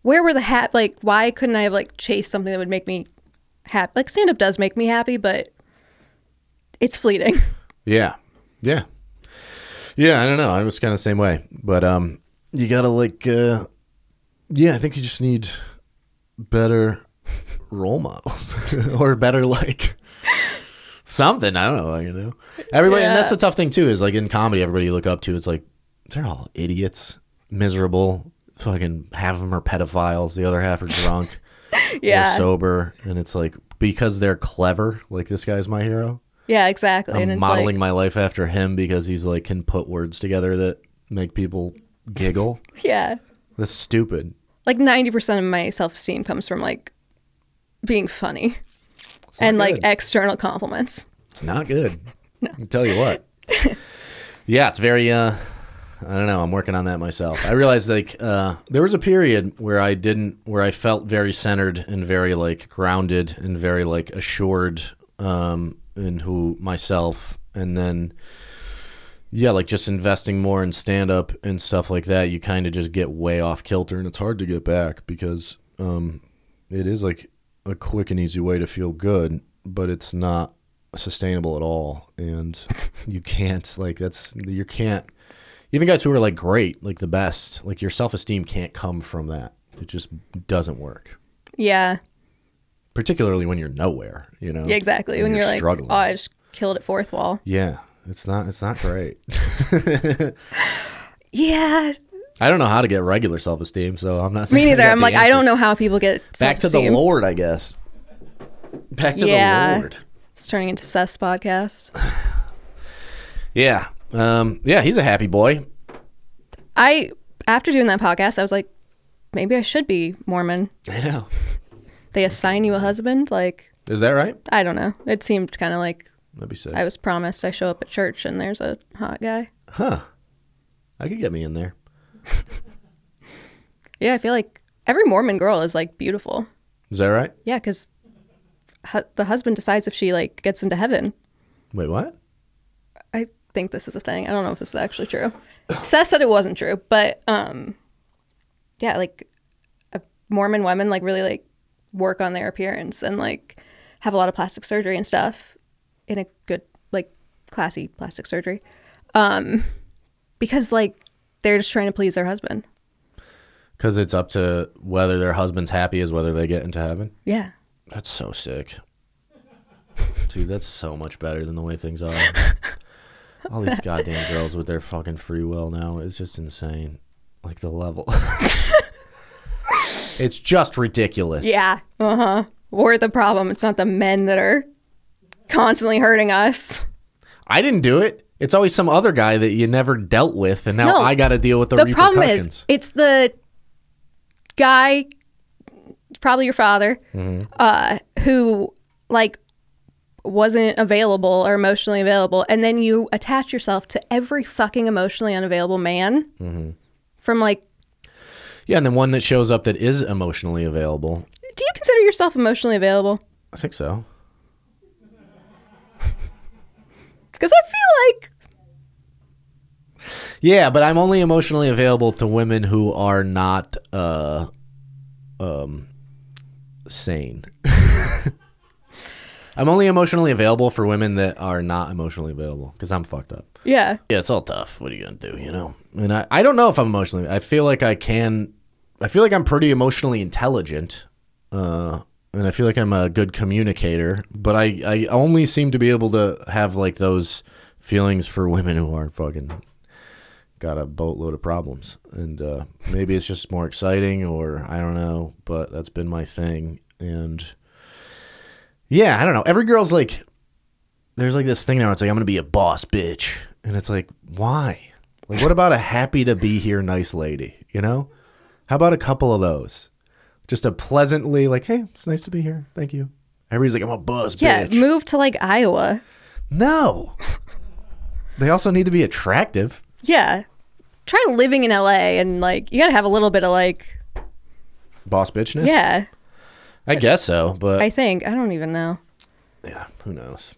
Speaker 1: where were the hat? Like, why couldn't I have like chased something that would make me happy? Like, stand up does make me happy, but it's fleeting. (laughs)
Speaker 2: Yeah. Yeah. Yeah, I don't know. I was kind of the same way. But um you got to like uh yeah, I think you just need better role models (laughs) or better like something, I don't know, you know. Everybody and that's
Speaker 1: Yeah.
Speaker 2: the tough thing too is like in comedy everybody you look up to it's like they're all idiots, miserable, fucking half of them are pedophiles, the other half are
Speaker 1: (laughs)
Speaker 2: drunk
Speaker 1: yeah.
Speaker 2: or sober and it's like because they're clever, like this guy's my hero.
Speaker 1: yeah, exactly. and
Speaker 2: I'm
Speaker 1: it's
Speaker 2: modeling
Speaker 1: like,
Speaker 2: my life after him because he's like can put words together that make people giggle.
Speaker 1: yeah.
Speaker 2: That's stupid.
Speaker 1: Like 90% of my self esteem comes from like being funny
Speaker 2: It's not
Speaker 1: and like
Speaker 2: good.
Speaker 1: external compliments.
Speaker 2: it's not good. I tell you what. yeah, it's very. uh I don't know. I'm working on that myself. I realized like uh there was a period where I didn't, where I felt very centered and very like grounded and very like assured um in who myself, and then yeah, like just investing more in stand up and stuff like that, you kind of just get way off kilter and it's hard to get back because um, it is like a quick and easy way to feel good, but it's not sustainable at all.
Speaker 1: (laughs)
Speaker 2: And you can't, like, that's, you can't, even guys who are like great, like the best, like your self esteem can't come from that. It just doesn't work,
Speaker 1: Yeah.
Speaker 2: particularly when you're nowhere, you know?
Speaker 1: Yeah, exactly. When, you're, like,
Speaker 2: struggling.
Speaker 1: oh, I just killed at fourth wall.
Speaker 2: yeah, it's not, it's not great. (laughs)
Speaker 1: Yeah.
Speaker 2: I don't know how to get regular self esteem, so I'm not.
Speaker 1: Me
Speaker 2: saying I
Speaker 1: neither.
Speaker 2: got
Speaker 1: I'm
Speaker 2: the
Speaker 1: like, I
Speaker 2: answer.
Speaker 1: don't know how people get
Speaker 2: Back to the
Speaker 1: self-esteem.
Speaker 2: Lord, I guess. Back to
Speaker 1: Yeah.
Speaker 2: the Lord.
Speaker 1: It's turning into Seth's podcast.
Speaker 2: Yeah, um, yeah. He's a happy boy.
Speaker 1: I after doing that podcast, I was like, maybe I should be Mormon.
Speaker 2: I know.
Speaker 1: They assign you a husband. Like,
Speaker 2: Is that right?
Speaker 1: I don't know. It seemed kind of like
Speaker 2: That'd be sick.
Speaker 1: I was promised. I show up at church and there's a hot guy.
Speaker 2: huh? I could get me in there.
Speaker 1: Yeah, I feel like every Mormon girl is like beautiful.
Speaker 2: Is that right?
Speaker 1: Yeah, because hu- the husband decides if she like gets into heaven.
Speaker 2: Wait, what?
Speaker 1: I think this is a thing. I don't know if this is actually true. Seth said it wasn't true, but um, yeah, like uh, Mormon women like really like work on their appearance and like have a lot of plastic surgery and stuff in a good like classy plastic surgery, um, because like they're just trying to please their husband.
Speaker 2: Because it's up to whether their husband's happy is whether they get into heaven.
Speaker 1: Yeah,
Speaker 2: That's so sick. (laughs) Dude, that's so much better than the way
Speaker 1: (laughs)
Speaker 2: things are. All these goddamn girls with their fucking free will now is just insane. Like
Speaker 1: (laughs)
Speaker 2: the level. it's just ridiculous.
Speaker 1: yeah, uh huh. We're the problem. It's not the men that are constantly hurting us.
Speaker 2: I didn't do it. It's always some other guy that you never dealt with, and now
Speaker 1: No.
Speaker 2: I got to deal with the,
Speaker 1: the
Speaker 2: repercussions.
Speaker 1: problem is it's the guy probably your father uh, who like wasn't available or emotionally available and then you attach yourself to every fucking emotionally unavailable man from like
Speaker 2: yeah, and then one that shows up that is emotionally available.
Speaker 1: do you consider yourself emotionally available
Speaker 2: I think so.
Speaker 1: because i feel like
Speaker 2: Yeah, but I'm only emotionally available to women who are not uh um sane. (laughs) I'm only emotionally available for women that are not emotionally available cuz I'm fucked up.
Speaker 1: yeah
Speaker 2: Yeah, it's all tough. What are you going to do, you know? And I I don't know if I'm emotionally I feel like I can I feel like I'm pretty emotionally intelligent. Uh and I feel like I'm a good communicator, but I I only seem to be able to have like those feelings for women who aren't fucking got a boatload of problems and uh, maybe it's just more exciting or i don't know but that's been my thing and yeah i don't know every girl's like there's like this thing now it's like i'm gonna be a boss bitch and it's like why like what about a happy to be here nice lady you know how about a couple of those just a pleasantly like hey it's nice to be here thank you everybody's like i'm a boss
Speaker 1: yeah
Speaker 2: bitch
Speaker 1: move to like iowa
Speaker 2: no They also need to be attractive.
Speaker 1: Yeah. Try living in LA and like you gotta have a little bit of like
Speaker 2: Boss bitchness?
Speaker 1: yeah.
Speaker 2: I guess so, but
Speaker 1: I think I don't even know.
Speaker 2: yeah, who knows?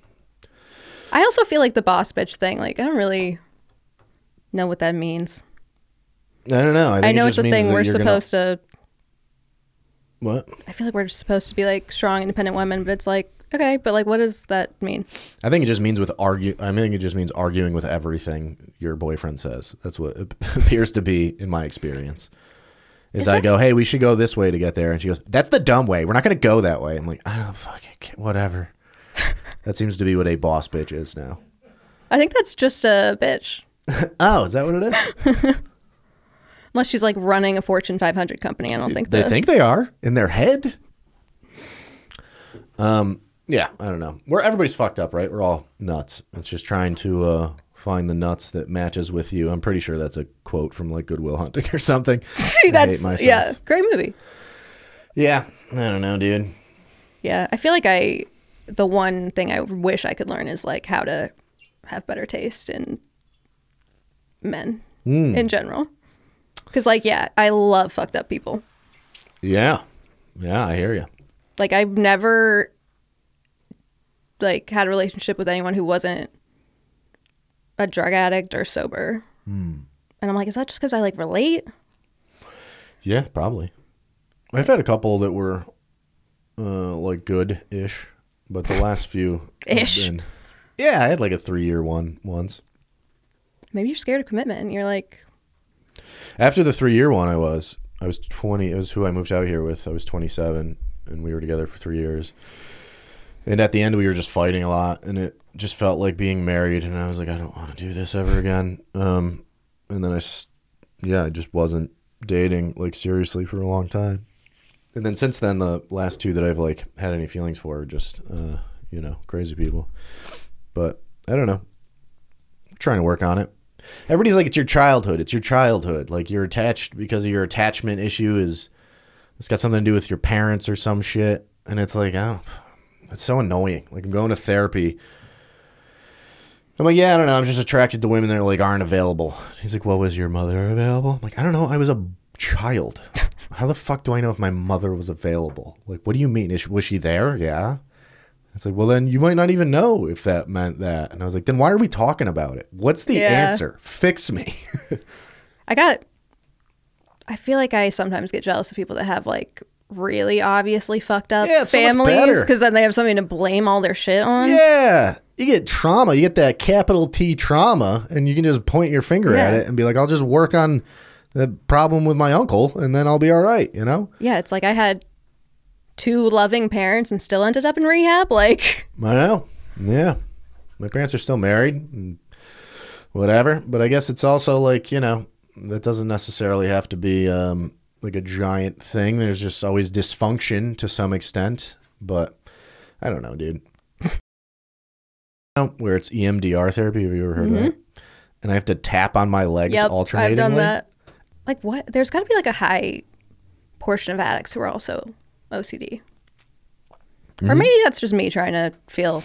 Speaker 1: I also feel like the boss bitch thing. Like I don't really know what that means.
Speaker 2: I don't know. I, think
Speaker 1: I
Speaker 2: it
Speaker 1: know it's
Speaker 2: just
Speaker 1: a
Speaker 2: means
Speaker 1: thing
Speaker 2: that
Speaker 1: we're
Speaker 2: you're gonna-
Speaker 1: supposed to.
Speaker 2: What?
Speaker 1: I feel like we're supposed to be like strong, independent women, but it's like okay, but like what does that mean?
Speaker 2: I think it just means with argue. I think it just means arguing with everything your boyfriend says. That's what it (laughs) appears to be in my experience. Is, I go, hey, we should go this way to get there, and she goes, that's the dumb way. We're not going to go that way. I'm like, I don't fucking care.
Speaker 1: (laughs)
Speaker 2: whatever. that seems to be what a boss bitch is now.
Speaker 1: I think that's just a bitch,
Speaker 2: Oh, is that what it is?
Speaker 1: unless she's like running a Fortune 500 company. I don't think
Speaker 2: they
Speaker 1: (laughs) the-
Speaker 2: think they are in their head. Um, yeah, I don't know. We're everybody's fucked up, right? We're all nuts. It's just trying to uh, find the nuts that matches with you. I'm pretty sure that's a quote from like Goodwill Hunting (laughs) or something. I hate
Speaker 1: that's
Speaker 2: myself.
Speaker 1: yeah, great movie.
Speaker 2: yeah. I don't know, dude.
Speaker 1: Yeah, I feel like I the one thing I wish I could learn is like how to have better taste in men
Speaker 2: Hmm.
Speaker 1: in general. Cuz like yeah, I love fucked up people.
Speaker 2: Yeah, yeah, I hear you.
Speaker 1: Like I've never like had a relationship with anyone who wasn't a drug addict or sober.
Speaker 2: Hmm.
Speaker 1: And I'm like, is that just cuz I like relate?
Speaker 2: Yeah, probably. I've had a couple that were uh, like good ish, but the last few have
Speaker 1: Ish.
Speaker 2: been- Yeah, I had like a three year one once.
Speaker 1: Maybe you're scared of commitment and you're like,
Speaker 2: After the three year one, I was I was twenty. It was who I moved out here with. I was twenty seven, and we were together for three years. And at the end, we were just fighting a lot, and it just felt like being married. And I was like, I don't want to do this ever again. Um, and then I, s- yeah, I just wasn't dating like seriously for a long time. And then since then, the last two that I've like had any feelings for are just uh, you know crazy people. But I don't know. I'm trying to work on it. Everybody's like, it's your childhood. It's your childhood. Like you're attached because of your attachment issue is it's got something to do with your parents or some shit. And it's like, oh, it's so annoying. Like I'm going to therapy. I'm like, yeah, I don't know. I'm just attracted to women that like aren't available. He's like, well, was your mother available? I'm like, I don't know. I was a child. How the fuck do I know if my mother was available? Like, what do you mean? Is she, was she there? Yeah. It's like, well, then you might not even know if that meant that. And I was like, then why are we talking about it? What's the
Speaker 1: Yeah.
Speaker 2: answer? Fix me.
Speaker 1: I got. I feel like I sometimes get jealous of people that have like really obviously fucked up
Speaker 2: Yeah, it's so much
Speaker 1: families
Speaker 2: better.
Speaker 1: because then they have something to blame all their shit on.
Speaker 2: yeah. You get trauma. You get that capital T trauma, and you can just point your finger at
Speaker 1: Yeah.
Speaker 2: it and be like, I'll just work on the problem with my uncle, and then I'll be all right, you know?
Speaker 1: Yeah, it's like I had two loving parents and still ended up in rehab. Like,
Speaker 2: I know. Yeah. My parents are still married and whatever. But I guess it's also like, you know, that doesn't necessarily have to be um, like a giant thing. There's just always dysfunction to some extent. But I don't know, dude. (laughs) Where it's E EMDR therapy. Have you ever heard of that? And I have to tap on my legs
Speaker 1: Mm-hmm. yep,
Speaker 2: alternatingly.
Speaker 1: I've done that. Like, what? There's got to be like a high portion of addicts who are also OCD,
Speaker 2: Mm-hmm.
Speaker 1: or maybe that's just me trying to feel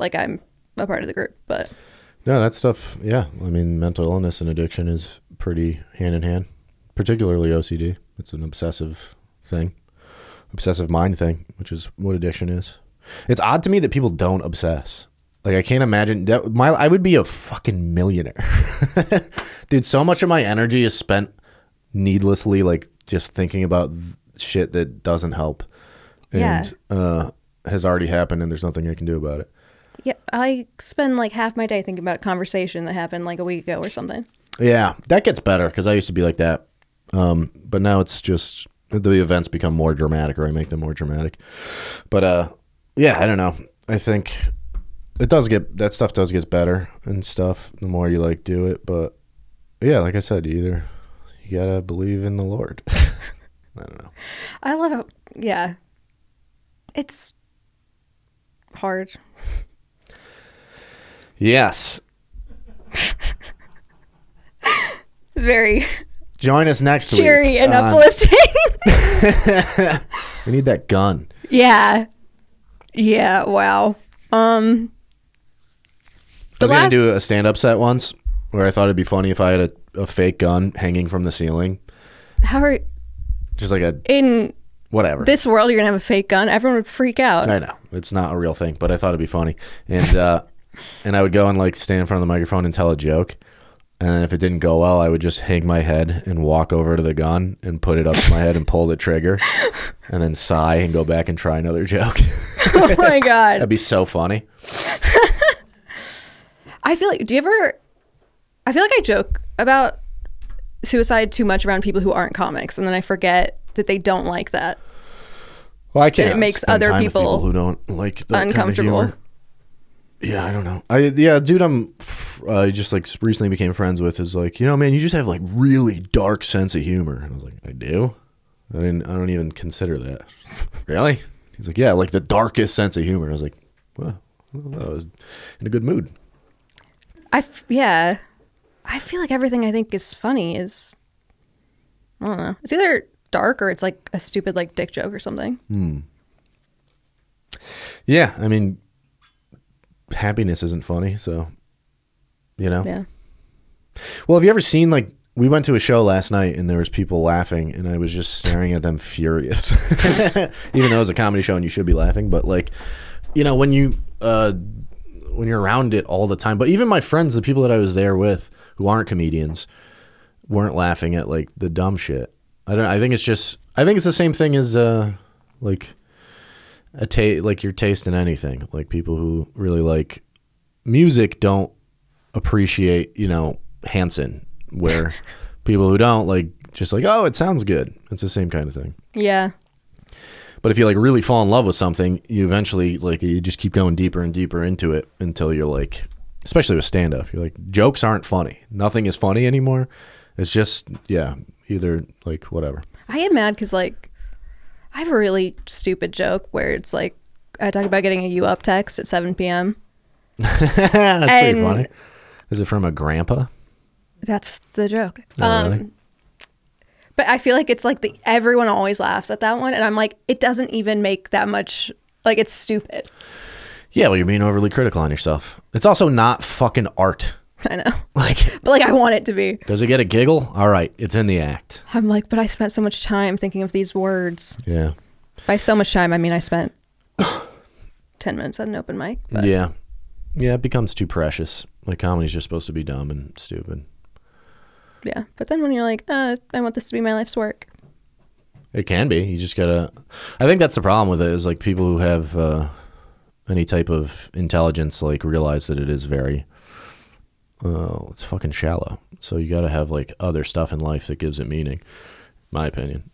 Speaker 1: like I'm a part of the group. But
Speaker 2: No, that stuff, yeah. I mean, mental illness and addiction is pretty hand in hand, particularly OCD. It's an obsessive thing, obsessive mind thing, which is what addiction is. It's odd to me that people don't obsess. Like I can't imagine that my I would be a fucking millionaire. (laughs) Dude, so much of my energy is spent needlessly like just thinking about th- shit that doesn't help and uh has already happened and there's nothing I can do about it.
Speaker 1: yeah, I spend like half my day thinking about a conversation that happened like a week ago or something.
Speaker 2: Yeah, that gets better because I used to be like that, um, but now it's just the events become more dramatic, or I make them more dramatic. But uh, yeah, I don't know. I think it does get that stuff does get better and stuff the more you like do it. But yeah, like I said, you either you gotta believe in the Lord. (laughs) I don't know.
Speaker 1: I love how, yeah. It's hard.
Speaker 2: Yes.
Speaker 1: It's
Speaker 2: (laughs)
Speaker 1: very
Speaker 2: Join us next week.
Speaker 1: cheery and
Speaker 2: on-
Speaker 1: uplifting. (laughs)
Speaker 2: We need that gun.
Speaker 1: yeah. Yeah, wow. Um
Speaker 2: I was
Speaker 1: last-
Speaker 2: gonna do a stand-up set once where I thought it'd be funny if I had a, a fake gun hanging from the ceiling,
Speaker 1: How are
Speaker 2: just like a
Speaker 1: in
Speaker 2: whatever.
Speaker 1: this world you're gonna have a fake gun? Everyone would freak out.
Speaker 2: I know it's not a real thing, but I thought it'd be funny, and uh, (laughs) and I would go and like stand in front of the microphone and tell a joke, and if it didn't go well, I would just hang my head and walk over to the gun and put it up to my head and pull the trigger, and then sigh and go back and try another joke.
Speaker 1: (laughs)
Speaker 2: (laughs)
Speaker 1: oh my god.
Speaker 2: That'd be so funny.
Speaker 1: I feel like do you ever I feel like I joke about suicide too much around people who aren't comics and then I forget that they don't like that.
Speaker 2: Well, I can't.
Speaker 1: it makes
Speaker 2: spend
Speaker 1: other
Speaker 2: time with
Speaker 1: people
Speaker 2: who don't like that
Speaker 1: uncomfortable.
Speaker 2: Kind of humor. Yeah, I don't know. I yeah, dude, I'm uh, just like recently became friends with is like you know, man, you just have like really dark sense of humor. And I was like, I do. I didn't. I don't even consider that. (laughs) really? He's like, yeah, like the darkest sense of humor. And I was like, well, I don't know, I was in a good mood.
Speaker 1: I f- yeah. I feel like everything I think is funny is I don't know. It's either dark or it's like a stupid like dick joke or something.
Speaker 2: Yeah, I mean, happiness isn't funny, so you know.
Speaker 1: Yeah.
Speaker 2: Well, have you ever seen like we went to a show last night and there was people laughing and I was just staring at them furious. (laughs) Even though it was a comedy show and you should be laughing, but like you know, when you uh when you're around it all the time, but even my friends, the people that I was there with who aren't comedians weren't laughing at like the dumb shit. I don't I think it's just I think it's the same thing as uh like a ta- like your taste in anything. Like people who really like music don't appreciate, you know, Hanson, where people who don't like just like, oh, it sounds good. It's the same kind of thing.
Speaker 1: Yeah.
Speaker 2: But if you like really fall in love with something, you eventually like you just keep going deeper and deeper into it until you're like, especially with stand up, you're like, jokes aren't funny. Nothing is funny anymore. It's just yeah, either like whatever. (laughs)
Speaker 1: I get mad because like I have a really stupid joke where it's like I talk about getting a U up text at 7 p.m.
Speaker 2: That's pretty
Speaker 1: And-
Speaker 2: funny. Is it from a grandpa?
Speaker 1: That's the joke. Um,
Speaker 2: Oh, really?
Speaker 1: But I feel like it's like the everyone always laughs at that one, and I'm like, it doesn't even make that much. Like it's stupid. (laughs)
Speaker 2: Yeah, well, you're being overly critical on yourself. It's also not fucking art. (laughs)
Speaker 1: I know,
Speaker 2: Like,
Speaker 1: but like I want it to be.
Speaker 2: does it get a giggle? All right, it's in the act.
Speaker 1: I'm like, but I spent so much time thinking of these words.
Speaker 2: Yeah.
Speaker 1: By so much time, I mean I spent (coughs) ten minutes at an open mic. But
Speaker 2: Yeah. Yeah, it becomes too precious. Like comedy's just supposed to be dumb and stupid.
Speaker 1: yeah. But then when you're like, uh, I want this to be my life's work.
Speaker 2: It can be. You just gotta. I think that's the problem with it is like people who have uh, any type of intelligence like realize that it is very. Oh, it's fucking shallow. So you gotta have like other stuff in life that gives it meaning. My opinion.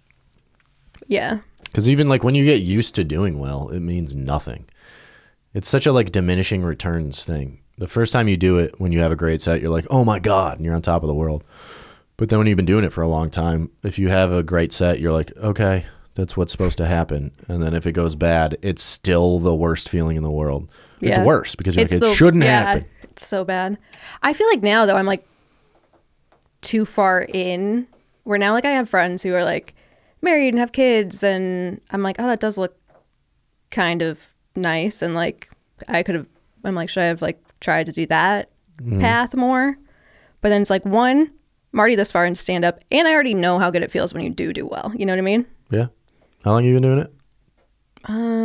Speaker 1: Yeah,
Speaker 2: Because even like when you get used to doing well, it means nothing. It's such a like diminishing returns thing. The first time you do it, when you have a great set, you're like, oh my god, and you're on top of the world. But then when you've been doing it for a long time, if you have a great set, you're like, okay, that's what's supposed to happen. And then if it goes bad, it's still the worst feeling in the world. It's
Speaker 1: Yeah.
Speaker 2: worse because you're
Speaker 1: It's
Speaker 2: like, it
Speaker 1: the-
Speaker 2: shouldn't
Speaker 1: yeah,
Speaker 2: happen.
Speaker 1: It's so bad. I feel like now though I'm like too far in. Where now like I have friends who are like married and have kids, and I'm like, oh, that does look kind of nice, and like I could have. I'm like, should I have like tried to do that
Speaker 2: Mm-hmm.
Speaker 1: path more? But then it's like one. I'm already this far in stand up, and I already know how good it feels when you do do well. You know what I mean?
Speaker 2: Yeah. How long have you been doing it?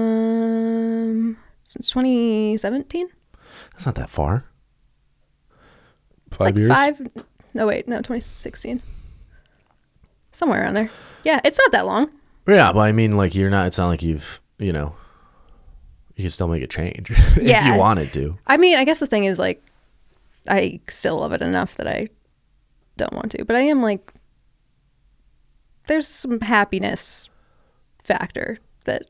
Speaker 1: Um, since 2017.
Speaker 2: That's not that far. Five
Speaker 1: like
Speaker 2: years.
Speaker 1: five no wait no 2016 somewhere around there yeah it's not that long
Speaker 2: Yeah, but I mean, like, you're not. It's not like you've, you know, you can still make a change (laughs) if
Speaker 1: Yeah.
Speaker 2: you wanted to.
Speaker 1: i mean i guess the thing is like i still love it enough that i don't want to but i am like there's some happiness factor that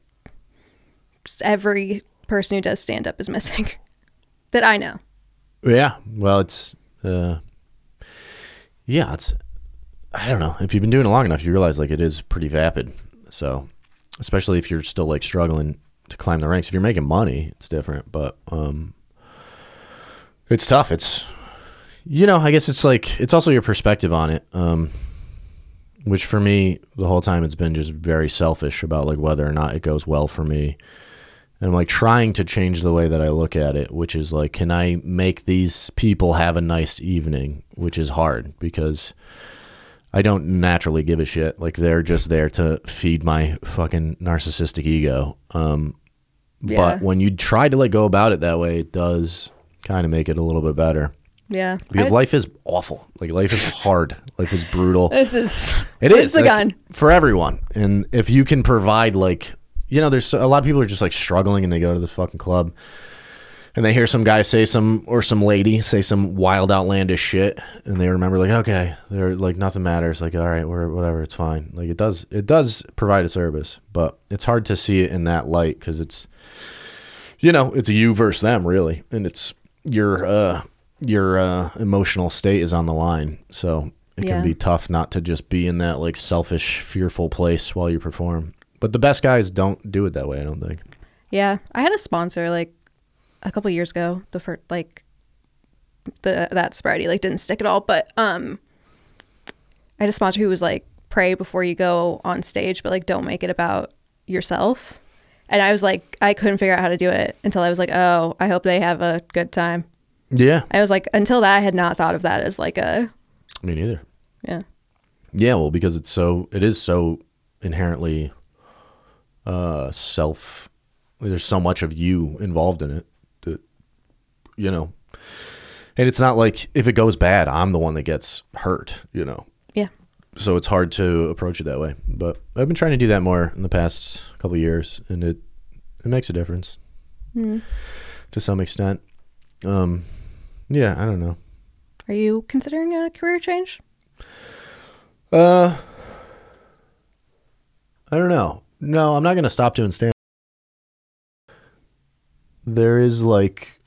Speaker 1: s- every person who does stand up is missing (laughs) that i know
Speaker 2: Yeah. Well, it's, uh, yeah, it's. I don't know. If you've been doing it long enough, you realize like it is pretty vapid. So, especially if you're still like struggling to climb the ranks, if you're making money, it's different. But um, it's tough. It's, you know, I guess it's like it's also your perspective on it. Um, which for me the whole time it's been just very selfish about like whether or not it goes well for me and I'm like trying to change the way that I look at it, which is like, can I make these people have a nice evening? Which is hard because I don't naturally give a shit. Like they're just there to feed my fucking narcissistic ego. Um,
Speaker 1: Yeah.
Speaker 2: But when you try to let go about it that way, it does kind of make it a little bit better
Speaker 1: Yeah.
Speaker 2: because
Speaker 1: I-
Speaker 2: life is awful. Like life is hard. life
Speaker 1: (laughs)
Speaker 2: is brutal.
Speaker 1: This is.
Speaker 2: It
Speaker 1: this
Speaker 2: is
Speaker 1: the
Speaker 2: like,
Speaker 1: gun.
Speaker 2: for everyone, and if you can provide like you know, there's a lot of people are just like struggling, and they go to the fucking club, and they hear some guy say some or some lady say some wild, outlandish shit, and they remember like, okay, they're like nothing matters, like all right, we're whatever, it's fine. Like it does, it does provide a service, but it's hard to see it in that light because it's you know, it's you versus them really, and it's your uh your uh emotional state is on the line. So it
Speaker 1: Yeah.
Speaker 2: can be tough not to just be in that like selfish, fearful place while you perform. But the best guys don't do it that way, I don't think.
Speaker 1: Yeah, I had a sponsor like a couple years ago. The first like the that sobriety like didn't stick at all, but um, I had a sponsor who was like, "Pray before you go on stage, but like don't make it about yourself." And I was like, I couldn't figure out how to do it until I was like, "Oh, I hope they have a good time."
Speaker 2: Yeah.
Speaker 1: I was like, until that, I had not thought of that as like a
Speaker 2: Me neither.
Speaker 1: yeah,
Speaker 2: Yeah, well, because it's so it is so inherently uh self there's so much of you involved in it that you know. And it's not like if it goes bad, I'm the one that gets hurt, you know.
Speaker 1: yeah,
Speaker 2: so it's hard to approach it that way. But I've been trying to do that more in the past couple of years, and it it makes a difference to some extent. Um, yeah, I don't know.
Speaker 1: Are you considering a career change?
Speaker 2: Uh, I don't know. No, I'm not gonna stop doing stand. There is like,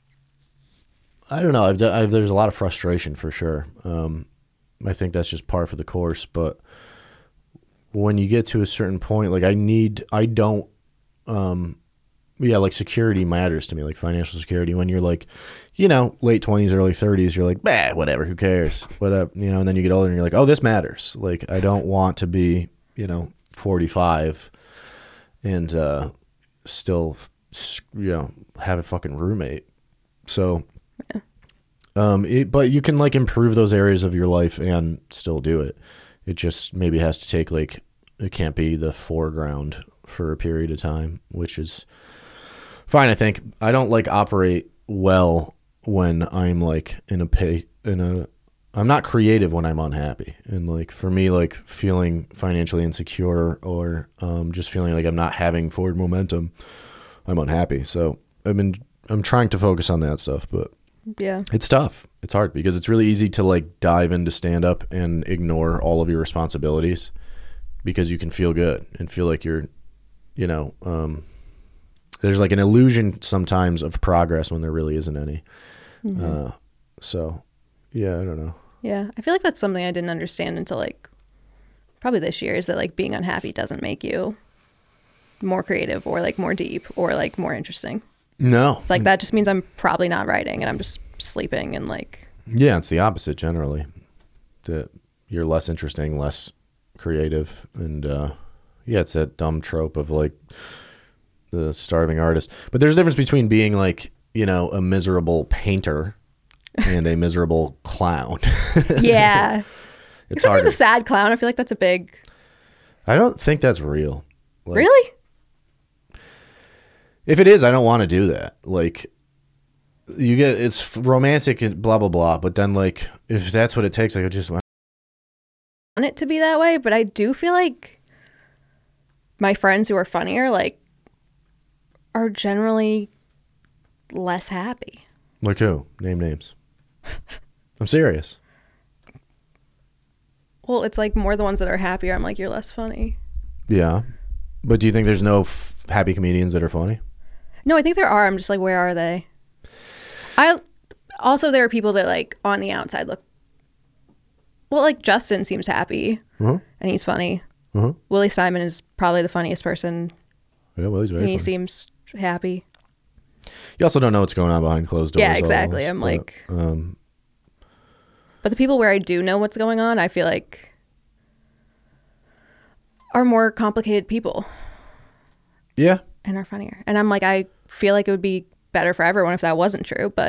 Speaker 2: I don't know. I've, d- I've there's a lot of frustration for sure. Um, I think that's just par for the course. But when you get to a certain point, like I need, I don't, um, yeah, like security matters to me, like financial security. When you're like, you know, late twenties, early thirties, you're like, bah, whatever, who cares, whatever, you know. And then you get older, and you're like, oh, this matters. Like, I don't want to be, you know, forty five, and uh, still, s- you know, have a fucking roommate. So, um, it, but you can like improve those areas of your life and still do it. It just maybe has to take like it can't be the foreground for a period of time, which is fine. I think I don't like operate well when I'm like in a pay in a. I'm not creative when I'm unhappy, and like for me, like feeling financially insecure or um, just feeling like I'm not having forward momentum, I'm unhappy. So I've been I'm trying to focus on that stuff, but
Speaker 1: Yeah,
Speaker 2: it's tough. It's hard because it's really easy to like dive into stand up and ignore all of your responsibilities because you can feel good and feel like you're, you know, um, there's like an illusion sometimes of progress when there really isn't any. Uh, so, yeah, I don't know.
Speaker 1: yeah. I feel like that's something I didn't understand until like probably this year is that like being unhappy doesn't make you more creative or like more deep or like more interesting.
Speaker 2: No.
Speaker 1: It's like that just means I'm probably not writing and I'm just sleeping and
Speaker 2: (laughs)
Speaker 1: like
Speaker 2: Yeah, it's the opposite generally. That you're less interesting, less creative, and uh, yeah, it's that dumb trope of like the starving artist. But there's a difference between being like you know a miserable painter and a miserable clown. (laughs)
Speaker 1: yeah.
Speaker 2: it's
Speaker 1: Except for
Speaker 2: hard.
Speaker 1: the sad clown, I feel like that's a big
Speaker 2: I don't think that's real. Like,
Speaker 1: really.
Speaker 2: If it is, I don't want to do that. Like, you get it's f- romantic and blah blah blah. But then like if that's what it takes, like I just
Speaker 1: want it to be that way, but I do feel like my friends who are funnier like are generally less happy.
Speaker 2: Like who? Name names. I'm serious.
Speaker 1: Well, it's like more the ones that are happier. I'm like, you're less funny.
Speaker 2: Yeah. But do you think there's no f- happy comedians that are funny?
Speaker 1: No, I think there are. I'm just like, where are they? I also there are people that like on the outside look. Well, like Justin seems happy
Speaker 2: Mhm.
Speaker 1: and he's funny.
Speaker 2: Mhm.
Speaker 1: Willie Simon is probably the funniest person,
Speaker 2: Yeah, well, he's very
Speaker 1: and he
Speaker 2: funny.
Speaker 1: seems happy.
Speaker 2: you also don't know what's going on behind closed doors.
Speaker 1: Yeah,
Speaker 2: all at
Speaker 1: exactly.
Speaker 2: once,
Speaker 1: I'm
Speaker 2: but,
Speaker 1: like-
Speaker 2: um,
Speaker 1: But the people where I do know what's going on, I feel like are more complicated people
Speaker 2: yeah,
Speaker 1: and are funnier. And I'm like, I feel like it would be better for everyone if that wasn't true, but